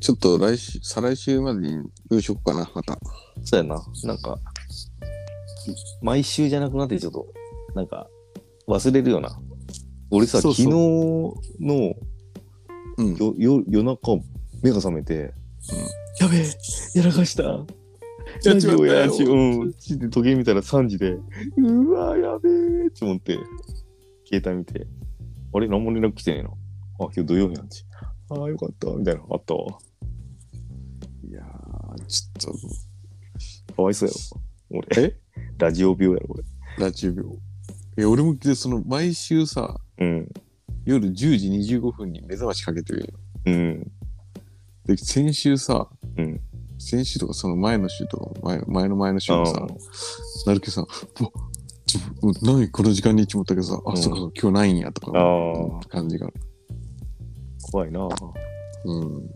ちょっと来週、再来週までに用意しよっかな、また。そうやな。なんか、毎週じゃなくなってちょっと、なんか、忘れるよな。俺さ、そうそう昨日のうん。よよ夜中、目が覚めて、やべえ、やらかした。やっラちジまったオよやらし、うん。時計見たら3時で、うわ、やべえって思って、携帯見て、あれ、何も連絡来てねえな。あ、今日土曜日なんち。ああ、よかった、みたいなのあったわ。いやー、ちょっかわいそうやろ。俺。えラジオ病やろ、俺。と、ラジオ病。え、俺も、で、その、毎週さ、うん。夜10時25分に目覚ましかけてるよ。うん。で、先週さ、うん先週とか、その前の週とか、前前の前の週もさ、なるけさん、うわちょもう何この時間にって思ったけどさ、うあ、んそうかそう、今日ないんやとかあ思った感じが。怖いなうん。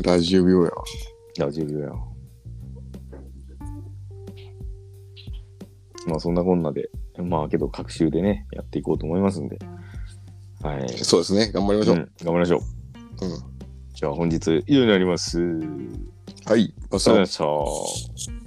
ラジオ病やわ。ラジオ病や。まあ、そんなこんなで、まあ、けど、各週でね、やっていこうと思いますんで。はい。そうですね、頑張りましょうう。ん、頑張りましょう。うんじゃあ本日以上になります。ありがとうはい、バスございタました。